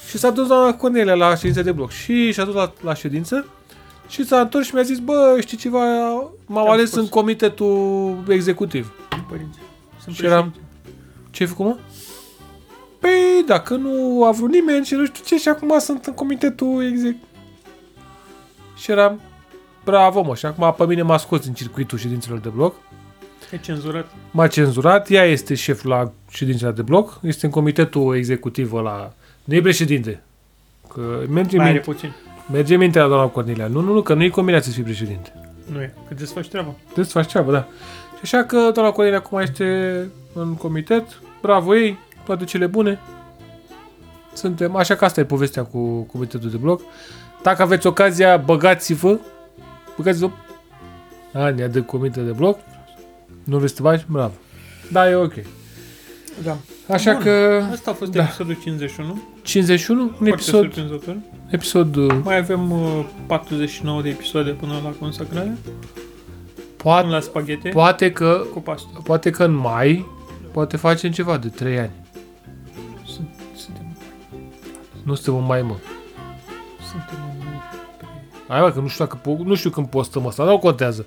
Speaker 2: Și s-a dus doamna Cornelia la ședință de bloc și și-a dus la, la ședință și s-a întors și mi-a zis, bă, știi ceva, m-au
Speaker 3: Te-am
Speaker 2: ales
Speaker 3: spus.
Speaker 2: în comitetul executiv.
Speaker 3: Părinți. Sunt
Speaker 2: Și eram-
Speaker 3: președinte.
Speaker 2: Ce ai făcut, mă? Păi, dacă nu a vrut nimeni și nu știu ce, și acum sunt în comitetul exec. Și eram, bravo, mă, și acum pe mine m-a scos din circuitul ședințelor de bloc,
Speaker 3: E cenzurat.
Speaker 2: m-a cenzurat, ea este șef la ședințele de bloc, este în comitetul executiv la... Nu e președinte. Că merge,
Speaker 3: Mai are
Speaker 2: minte,
Speaker 3: puțin.
Speaker 2: merge mintea la doamna Cornelia. Nu, nu, nu, că nu-i combinat să fii președinte.
Speaker 3: Nu e. Că desfaci treaba.
Speaker 2: Trebuie să faci treabă, da. Și așa că doamna Cornelia acum este în comitet. Bravo ei, toate cele bune. Suntem, așa că asta e povestea cu comitetul de bloc. Dacă aveți ocazia, băgați-vă. Băgați-vă. Ania de comite de bloc. Nu vreți să te bagi? Bravo. Da, e ok.
Speaker 3: Da.
Speaker 2: Așa
Speaker 3: Bun.
Speaker 2: că
Speaker 3: Asta a fost
Speaker 2: Da.
Speaker 3: episodul 51. Foarte
Speaker 2: 51, un episod,
Speaker 3: surprinzător.
Speaker 2: episod uh,
Speaker 3: Mai avem uh, 49 de episoade până la consacrare. Până
Speaker 2: poate,
Speaker 3: la spaghete.
Speaker 2: poate că
Speaker 3: Cu pastă.
Speaker 2: poate că în mai poate facem ceva de 3 ani.
Speaker 3: Sunt- Suntem,
Speaker 2: Nu suntem în mai mă.
Speaker 3: suntem în...
Speaker 2: Hai mă, că nu știu, dacă, po- nu știu când postăm asta, dar nu contează.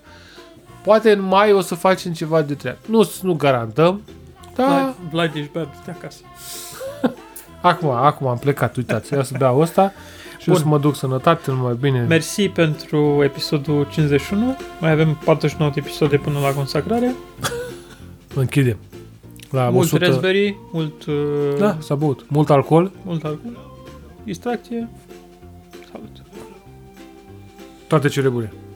Speaker 2: Poate în mai o să facem ceva de treabă. Nu, nu garantăm, dar
Speaker 3: Vlad, Vlad, ești bea, du-te acasă.
Speaker 2: acum, acum am plecat, uitați, ia să beau ăsta și Bun.
Speaker 3: Bun.
Speaker 2: o să mă duc sănătate, numai bine.
Speaker 3: Mersi pentru episodul 51. Mai avem 49 de episoade până la consacrare.
Speaker 2: Închidem. La
Speaker 3: mult
Speaker 2: 100...
Speaker 3: raspberry, mult, uh,
Speaker 2: Da, s-a băut. Mult alcool,
Speaker 3: mult alcool, distracție. Salut!
Speaker 2: toate cele bune.